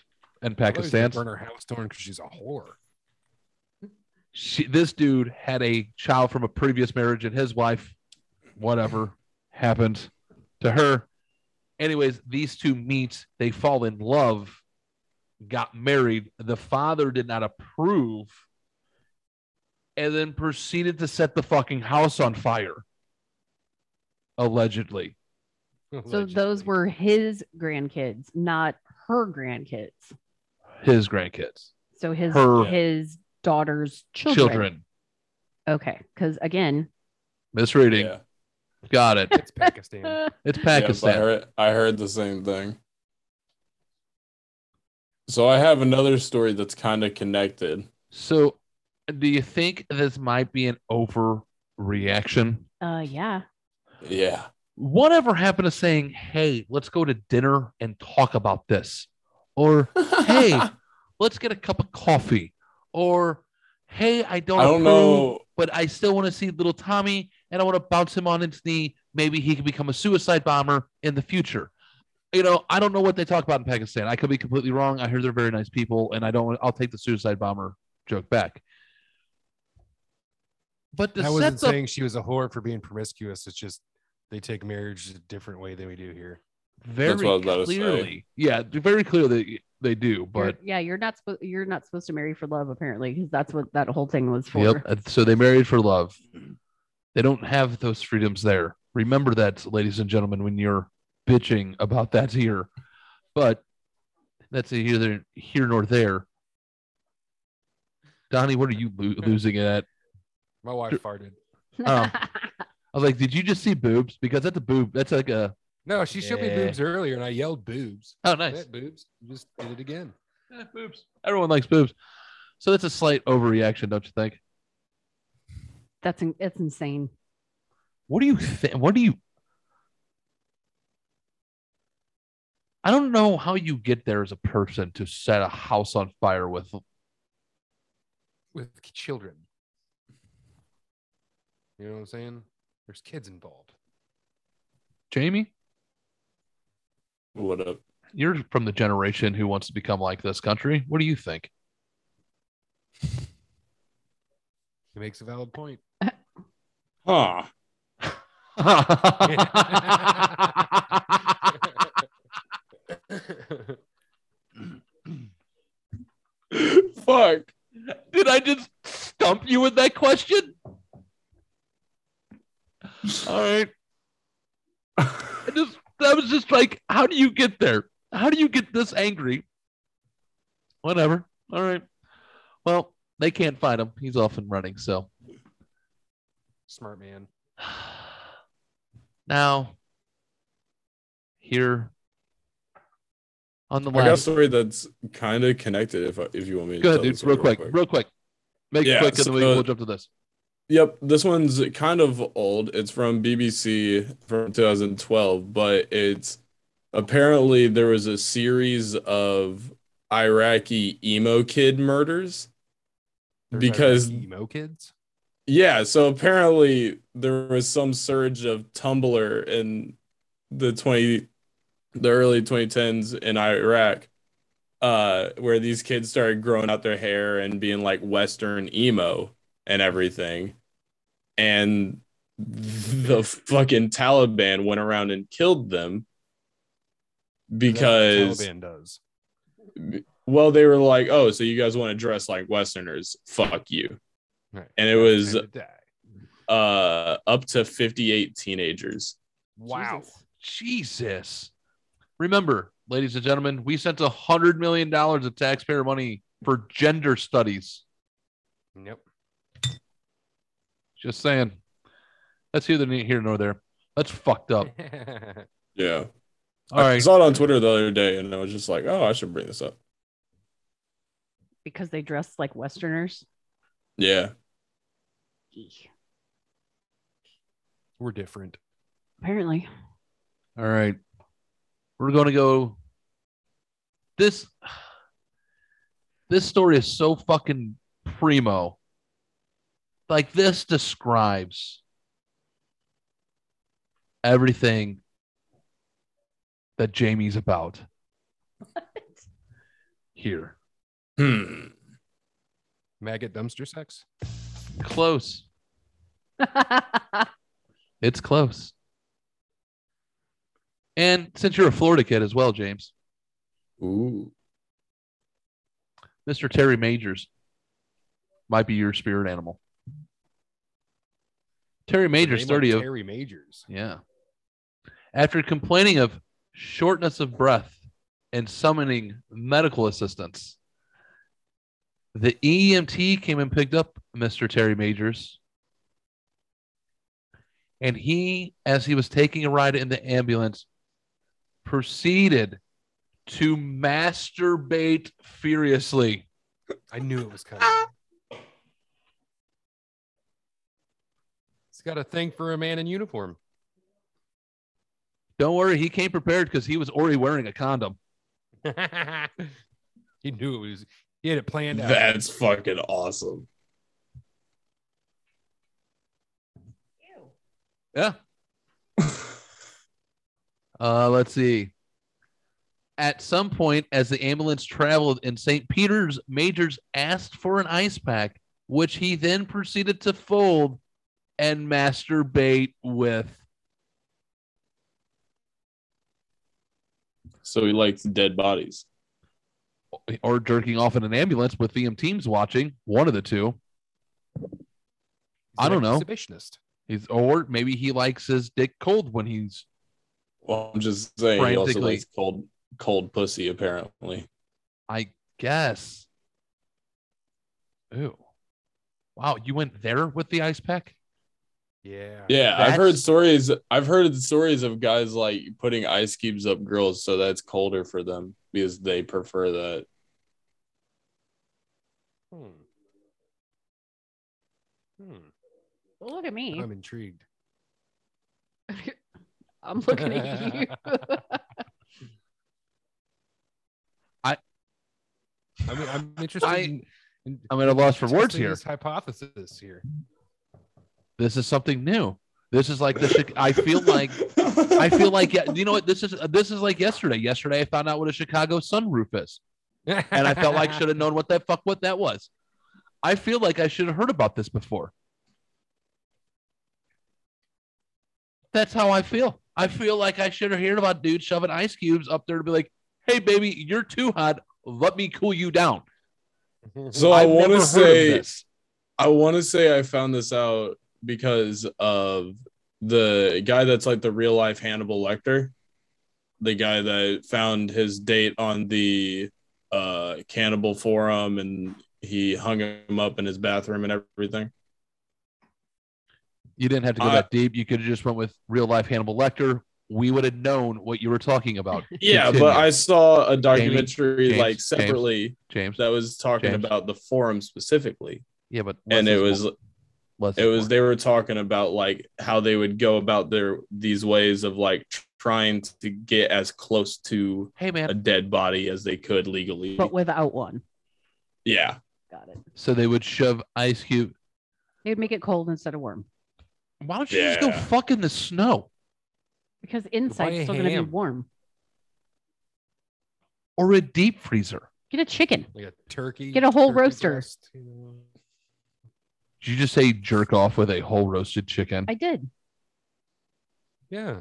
S1: in
S4: I thought he was gonna
S1: Pakistan.
S4: burn her house down because she's a whore.
S1: she, this dude had a child from a previous marriage and his wife whatever happened to her anyways these two meet they fall in love got married the father did not approve and then proceeded to set the fucking house on fire allegedly
S3: So
S4: Allegedly.
S3: those were his grandkids, not her grandkids.
S1: his grandkids
S3: So his
S1: Her-
S3: his daughter's children.
S1: children,
S3: Okay. Because again,
S1: misreading
S2: Yeah.
S1: got it
S4: It's Pakistan.
S3: uh,
S1: it's
S2: Yeah,
S1: pakistan
S2: I, heard, I heard the same thing. So I have another story that's kind of connected.
S1: So, do you think this might be an overreaction?
S3: uh, yeah.
S2: Yeah.
S1: Whatever happened to saying, hey, let's go to dinner and talk about this? Or, hey, let's get a cup of coffee? Or, hey, I don't,
S2: I don't
S1: approve,
S2: know.
S1: but I still want to see little Tommy and I want to bounce him on his knee. Maybe he can become a suicide bomber in the future. You know, I don't know what they talk about in Pakistan. I could be completely wrong. I hear they're very nice people, and I don't. I'll take the suicide bomber joke back. But to
S4: I
S1: set
S4: wasn't
S1: the
S4: saying she was a whore for being promiscuous. It's just they take marriage a different way than we do here.
S1: very
S2: That's what I was about to say.
S1: clearly, yeah, very clearly they, they do.
S3: You're-
S1: But
S3: yeah, you're not supposed you're not supposed to marry for love apparently because that's what that whole thing was for.
S1: Yep. and So they married for love. They don't have those freedoms there. Remember that, ladies and gentlemen, when you're bitching about that here. But that's either here nor there. Donnie, what are you lo- losing it at?
S4: My wife
S1: Dude.
S4: farted.
S1: Oh. I was like, did you just see boobs? Because that's a boob. That's like a
S4: No, she showed me
S1: Yeah.
S4: boobs earlier, and I yelled boobs.
S1: oh nice
S4: That boobs. You just did it again.
S1: Eh, boobs. Everyone likes boobs. So that's a slight overreaction, don't you think?
S3: that's in, it's insane.
S1: What do you think? What do you? I don't know how you get there as a person to set a house on fire with.
S4: with children. You know what I'm saying? There's kids involved.
S1: Jamie,
S2: What up?
S1: you're from the generation who wants to become like this country. What do you think?
S4: He makes a valid point.
S2: Huh. Fuck.
S1: Did I just stump you with that question? All right. I just that was just like, how do you get there? How do you get this angry whatever. All right. Well, they can't find him. He's off and running. So
S4: Smart man.
S1: now, here on the
S2: I got a
S1: left.
S2: story that's kind of connected. If I- if you want me, to
S1: Go ahead,
S2: tell
S1: dude.
S2: this
S1: Real
S2: one
S1: quick, real quick. Make it
S2: Yeah,
S1: quick, and
S2: so
S1: then we
S2: the-
S1: will jump to this.
S2: Yep, this one's kind of old. It's from BBC from 2012, but it's apparently there was a series of Iraqi emo kid murders.
S4: There's
S2: Because-
S4: already emo kids.
S2: Yeah, so apparently there was some surge of Tumblr in the 20 the early 2010s in Iraq uh where these kids started growing out their hair and being like western emo and everything. And the fucking Taliban went around and killed them
S4: That's what the
S2: because
S4: Taliban does.
S2: well they were like, "Oh, so you guys want to dress like westerners? Fuck you."
S4: Right.
S2: And it was
S4: Time to die.
S2: uh up to 58 teenagers
S4: Wow.
S3: Jesus.
S1: Jesus. Remember, ladies and gentlemen, we sent a hundred million dollars of taxpayer money for gender studies.
S4: Yep.
S1: Just saying. That's neither ne- here nor there. That's fucked
S2: Oh.
S1: up.
S2: yeah
S1: All
S2: i
S1: right.
S2: saw it on twitter the other day and i was just like oh i should bring this up
S3: because they dress like Westerners.
S2: yeah
S3: Eek.
S4: We're different.
S3: Apparently,
S1: All right. We're going to go. This this story is so fucking primo. Like this describes everything that Jamie's about here.
S2: hmm.
S4: Maggot dumpster sex.
S1: Close. It's close. And since you're a Florida kid as well, James,
S2: ooh
S1: Mr. Terry Majors might be your spirit animal. Terry Majors,
S4: Name of
S1: 30 of.
S4: Terry Majors.
S1: Yeah. After complaining of shortness of breath and summoning medical assistance, the EMT came and picked up Mr. Terry Majors. And he, as he was taking a ride in the ambulance, proceeded to masturbate furiously.
S4: I knew it was coming.
S2: Ah.
S4: He's got a thing for a man in uniform.
S1: Don't worry, he came prepared because he was already wearing a condom.
S4: he knew it was. He had it planned out.
S2: that's fucking awesome
S1: Yeah. uh, let's see. At some point, as the ambulance traveled in St. Peter's, Majors asked for an ice pack, which he then proceeded to fold and masturbate with.
S2: so he likes dead bodies
S1: or jerking off in an ambulance with VM teams watching, one of the two.
S4: He's
S1: I don't
S4: an
S1: know.
S4: Exhibitionist.
S1: He's, or maybe he likes his dick cold when he's
S2: well i'm just saying he also
S1: Frantically.
S2: likes cold cold pussy apparently
S1: I guess. Ooh. Wow, you went there with the ice pack?
S4: Yeah.
S2: yeah i've
S1: That's-
S2: heard stories i've heard stories of guys like putting ice cubes up girls so that's colder for them because they prefer that
S4: Hmm. Hmm.
S3: well, look at me.
S4: I'm intrigued.
S3: I'm looking at you.
S4: I mean, I'm interested.
S1: I-
S4: in, in
S1: I'm at a loss for words
S4: discussing
S1: here.
S4: This hypothesis here.
S1: This is something new. This is like the Chi- I feel like I feel like yeah, you know what this is this is like yesterday. Yesterday I found out what a Chicago sunroof is and I felt like should have known what that fuck what that was. I feel like I should have heard about this before. That's how I feel. I feel like I should have heard about dude shoving ice cubes up there to be like, "Hey baby, you're too hot. Let me cool you down."
S2: so i
S1: I've
S2: want
S1: never heard
S2: to
S1: of
S2: say
S1: this.
S2: I want to say I found this out because of the guy that's like the real life Hannibal Lecter, the guy that found his date on the uh, cannibal for him, and he hung him up in his bathroom and everything.
S1: You didn't have to go
S2: I-
S1: that deep. You could have just went with real life Hannibal Lecter. We would have known what you were talking about,
S2: Yeah,
S1: Continue.
S2: but I saw a documentary
S1: James,
S2: like
S1: James.
S2: separately
S1: James.
S2: that was talking
S1: James.
S2: about the forum specifically,
S1: yeah, but
S2: and it was
S1: was
S2: it was they were talking about like how they would go about their these ways of like tr- trying to get as close to
S1: Hey
S2: a
S1: man,
S2: dead body as they could legally.
S3: but without one.
S2: yeah,
S3: Got it.
S1: so they would shove Ice Cube.
S3: They would make it cold instead of warm
S1: Why don't you just go
S2: Yeah.
S1: fuck in the snow
S3: because inside's
S4: a
S3: still going to be
S4: ham?
S3: warm.
S1: or a deep freezer?
S3: Get a chicken.
S4: like a turkey.
S3: Get a whole
S4: turkey
S3: roaster.
S4: breast, you know.
S1: Did you just say jerk off with a whole roasted chicken?
S3: I did.
S4: Yeah.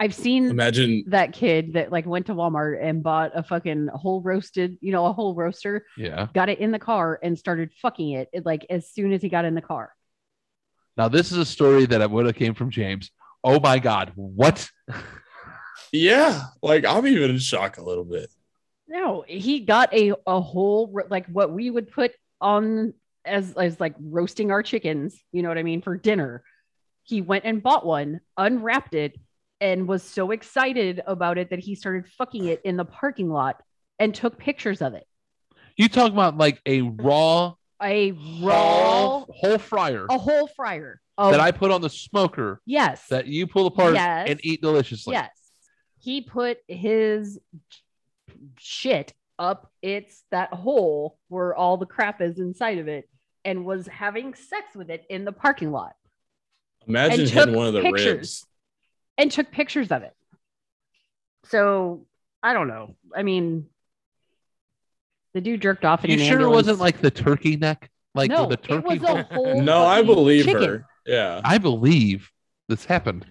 S3: I've seen
S2: imagine
S3: that kid that like went to Walmart and bought a fucking whole roasted, you know, a whole roaster,
S1: yeah.
S3: got it in the car and started fucking it, it like as soon as he got in the car.
S1: Now this is a story that I would have came from James. Oh my God, what?
S2: Yeah, like I'm even in shock a little bit.
S3: No, he got a a whole ro- like what we would put on as as like roasting our chickens, you know what I mean, for dinner. He went and bought one, unwrapped it, and was so excited about it that he started fucking it in the parking lot and took pictures of it.
S1: You talking about like a raw,
S3: A raw,
S1: whole, whole fryer
S3: a whole fryer. Oh,
S1: that I put on the smoker
S3: yes,
S1: that you pull apart
S3: Yes.
S1: and eat deliciously.
S3: yes. He put his shit up its that hole where all the crap is inside of it and was having sex with it in the parking lot
S2: Imagine
S3: And
S2: hitting
S3: took
S2: one of the
S3: pictures.
S2: ribs.
S3: and took pictures of it. So I don't know. I mean, the dude jerked off in
S1: You
S3: an
S1: sure it
S3: ambulance.
S1: wasn't like the turkey neck? Like
S3: no,
S1: with the turkey?
S3: it was a whole
S2: No, I
S3: fucking
S2: believe
S3: chicken.
S2: her. Yeah,
S1: I believe this happened.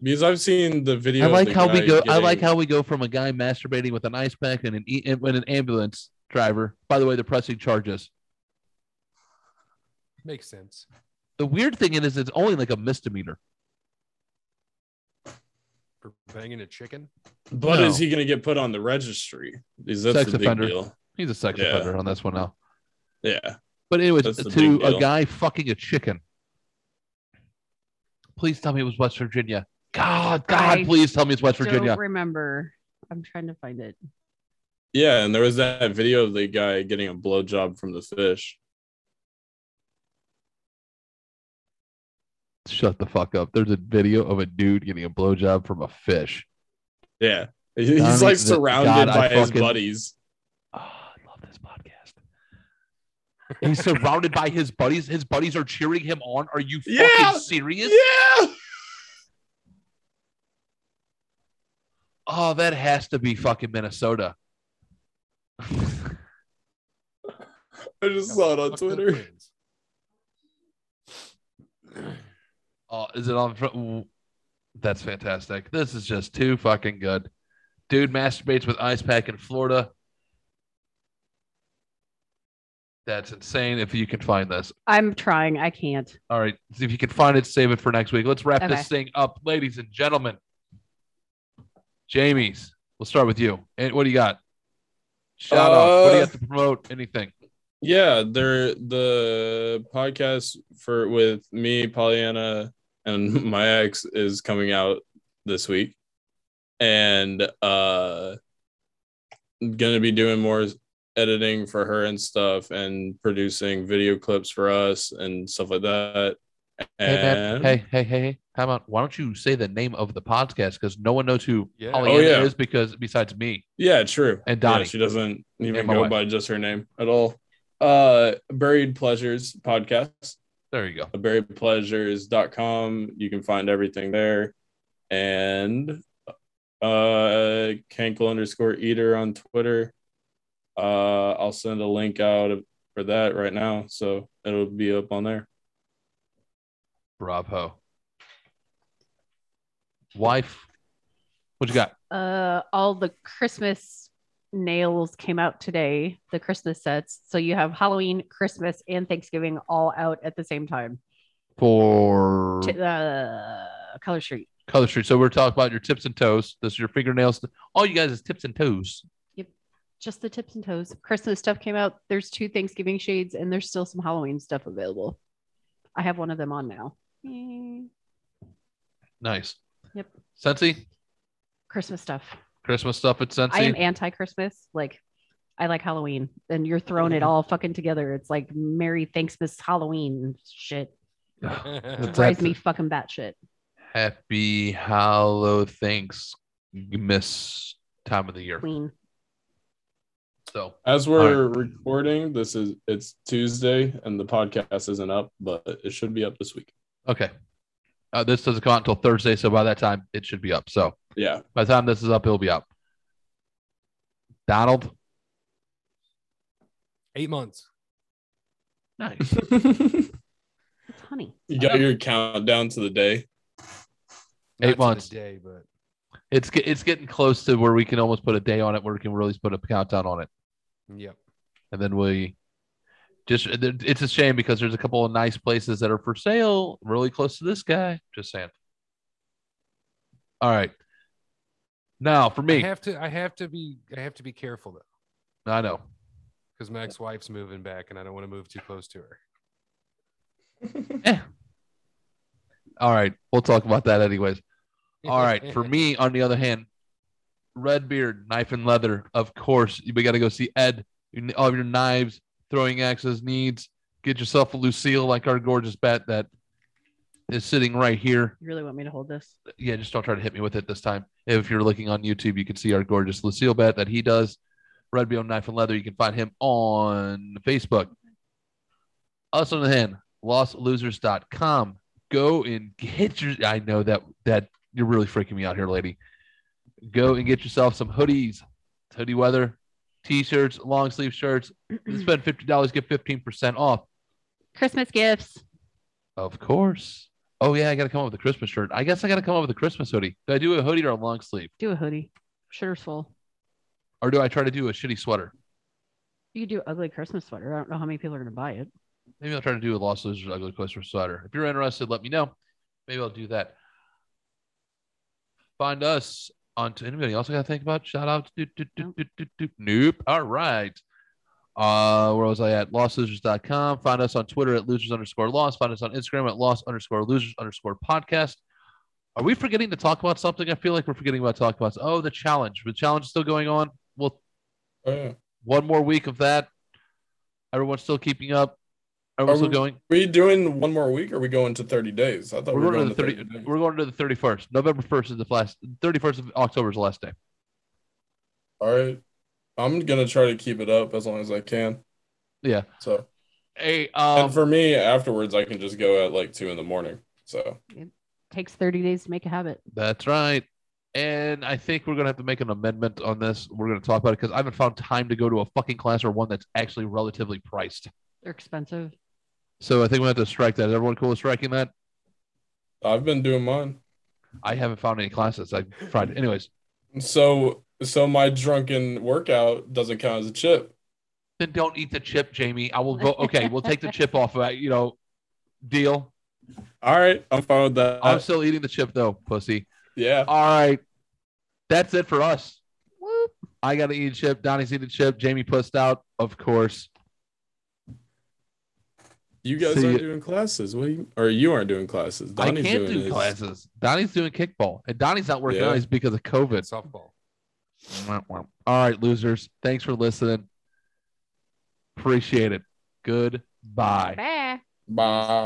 S2: because I've seen the video.
S1: I
S2: of
S1: like
S2: the
S1: how we
S2: guy
S1: go. I like
S2: getting-
S1: how we go from a guy masturbating with an ice pack and an e- and an ambulance driver. By the way, they're pressing charges.
S4: Makes sense.
S1: The weird thing is, it's only like a misdemeanor.
S4: For banging a chicken.
S2: But
S1: No.
S2: is he going to get put on the registry? Because that's
S1: Sex
S2: the big
S1: offender.
S2: deal.
S1: He's a sex
S2: Yeah.
S1: offender on this one now.
S2: Yeah,
S1: But anyways,
S2: That's the
S1: to
S2: big
S1: a
S2: deal.
S1: guy fucking a chicken. Please tell me it was West Virginia. God, God,
S3: I
S1: please tell me it's West Virginia.
S3: Don't remember. I'm trying to find it.
S2: yeah. And there was that video of the guy getting a blowjob from the fish.
S1: Shut the fuck up. There's a video of a dude getting a blowjob from a fish.
S2: Yeah, he's
S1: Donnie,
S2: like
S1: the-
S2: surrounded
S1: God, I
S2: by his
S1: fucking-
S2: buddies.
S1: Oh, I love this podcast. He's surrounded by his buddies. His buddies are cheering him on. Are you fucking
S2: Yeah.
S1: serious?
S2: Yeah,
S1: Oh, that has to be fucking Minnesota.
S2: I just saw it on
S4: Fuck their
S2: Twitter.
S4: friends.
S1: Oh, is it on? fr- w- That's fantastic. This is just too fucking good. Dude masturbates with ice pack in Florida. That's insane. If you can find this,
S3: I'm trying. I can't.
S1: all right. If you can find it, save it for next week. Let's wrap
S3: Okay.
S1: this thing up, ladies and gentlemen. Jamie's. We'll start with you. And what do you got? Shout out. What do you
S2: Uh,
S1: have to promote? Anything?
S2: Yeah, they're the podcast for with me, Pollyanna, and my ex is coming out this week. And uh gonna be doing more editing for her and stuff and producing video clips for us and stuff like that.
S1: Hey, man.
S2: And
S1: Hey, hey, hey, hey. How about why don't you say the name of the podcast? Because no one knows who
S4: Yeah.
S1: Pollyanna
S2: Oh, yeah.
S1: is because besides me.
S2: Yeah, true.
S1: And
S2: Yeah,
S1: Donnie.
S2: she doesn't even
S1: And my
S2: go
S1: wife.
S2: by just her name at all. Uh Buried Pleasures podcast.
S1: There you go.
S2: buriedpleasures.com. You can find everything there. And uh Kankle underscore eater on Twitter. Uh I'll send a link out of- for that right now. So it'll be up on there.
S1: Bravo. Wife, what you got?
S3: uh all the christmas nails came out today the christmas sets so you have halloween christmas and thanksgiving all out at the same time
S1: For
S3: T- uh, color street
S1: Color Street. So we're talking about your tips and toes. This is your fingernails. All you guys is tips and toes.
S3: Yep. just the tips and toes. Christmas stuff came out. There's two Thanksgiving shades, and there's still some Halloween stuff available. I have one of them on now. Mm,
S1: Nice.
S3: Yep.
S1: Sensi,
S3: Christmas stuff.
S1: Christmas stuff at Sensi.
S3: I am anti Christmas. Like, I like Halloween, and you're throwing it all fucking together. It's like Merry Thanksmas Halloween shit. Drives
S1: That's-
S3: me fucking batshit.
S1: Happy Hallow Thanks Miss time of the year.
S3: Queen.
S1: So
S2: As we're recording, this is it's Tuesday and the podcast isn't up, but it should be up this week.
S1: okay. Uh, this doesn't come out until Thursday, so by that time it should be up. So
S2: Yeah.
S1: by the time this is up, it'll be up. Donald,
S4: Eight months.
S1: nice.
S2: you
S3: It's honey.
S2: got your countdown to the day.
S1: Eight
S4: Not
S1: months.
S4: to the day, but
S1: It's ge- it's getting close to where we can almost put a day on it, where we can really put a countdown on it,
S4: yep.
S1: and then we just it's a shame because there's a couple of nice places that are for sale really close to this guy. Just saying. All right. Now for me,
S4: I have to. I have to be. I have to be careful though,
S1: I know.
S4: because my ex-wife's moving back, and I don't want to move too close to her.
S1: All right, we'll talk about that anyways. All right, for me, on the other hand, Redbeard, knife and leather. Of course, we got to go see Ed. You- All of your knives, throwing axes needs. Get yourself a Lucille, like our gorgeous bat that is sitting right here.
S3: You really want me to hold this?
S1: Yeah, just don't try to hit me with it this time. If you're looking on YouTube, you can see our gorgeous Lucille bat that he does. Redbeard, knife and leather. You can find him on Facebook. Us on the hand, lostlosers.com go and get your I know that that you're really freaking me out here, lady. Go and get yourself some hoodies, It's hoodie weather, t-shirts, long sleeve shirts. Spend fifty dollars, get fifteen percent off.
S3: Christmas gifts.
S1: Of course. Oh yeah, I gotta come up with a Christmas shirt. I guess I gotta come up with a Christmas hoodie. Do I do a hoodie or a long sleeve?
S3: Do a hoodie. Shitter's full.
S1: Or do I try to do a shitty sweater?
S3: You could do ugly Christmas sweater. I don't know how many people are gonna buy it.
S1: Maybe I'll try to do a Lost Losers Ugly Christmas sweater. If you're interested, let me know. Maybe I'll do that. Find us on to anybody else I gotta think about. Shout out. Do, do, do,
S3: Nope.
S1: do, do, do. Nope. All right. Uh, where was I at? LostLosers.com. Find us on Twitter at losers underscore lost. Find us on Instagram at lost underscore losers underscore podcast. Are we forgetting to talk about something? I feel like we're forgetting about talking about. Oh, the challenge. The challenge is still going on. We'll
S2: Oh, yeah.
S1: one more week of that. Everyone's still keeping up. Everyone's
S2: Are
S1: still
S2: we-
S1: going.
S2: Are we doing one more week or are we going to 30 days? I thought
S1: We're
S2: we were
S1: going, to
S2: going
S1: the 30,
S2: 30 days.
S1: we're going to the 31st. November 1st is the last 31st of October is the last day.
S2: All right. I'm gonna try to keep it up as long as I can.
S1: Yeah.
S2: So
S1: Hey,
S2: and
S1: um,
S2: for me afterwards I can just go at like two in the morning. So
S3: Takes 30 days to make a habit.
S1: that's right. And I think we're going to have to make an amendment on this. We're going to talk about it because I haven't found time to go to a fucking class or one that's actually relatively priced.
S3: They're expensive.
S1: So I think we have to strike that. Is everyone cool with striking that?
S2: I've been doing mine.
S1: I haven't found any classes. I tried. Anyways,
S2: So so my drunken workout doesn't count as a chip.
S1: then don't eat the chip, Jamie. I will go. Okay, we'll take the chip off. Of, that, you know, deal.
S2: All right, I'm fine with that.
S1: I'm still eating the chip though, pussy.
S2: yeah.
S1: All right. That's it for us.
S3: Whoop.
S1: I got to eat a chip. Donnie's eating a chip. Jamie pussed out, of course.
S2: You guys
S1: See
S2: aren't
S1: ya.
S2: doing classes. What do you, or you aren't doing classes. Donnie's
S1: I can't
S2: doing
S1: do
S2: his-
S1: classes. Donnie's doing kickball, and Donnie's not working
S2: Yeah.
S1: out. He's because of
S4: Good
S1: COVID.
S4: softball.
S1: Wah, wah. All right, losers. Thanks for listening. Appreciate it. Goodbye.
S3: Bye.
S2: Bye.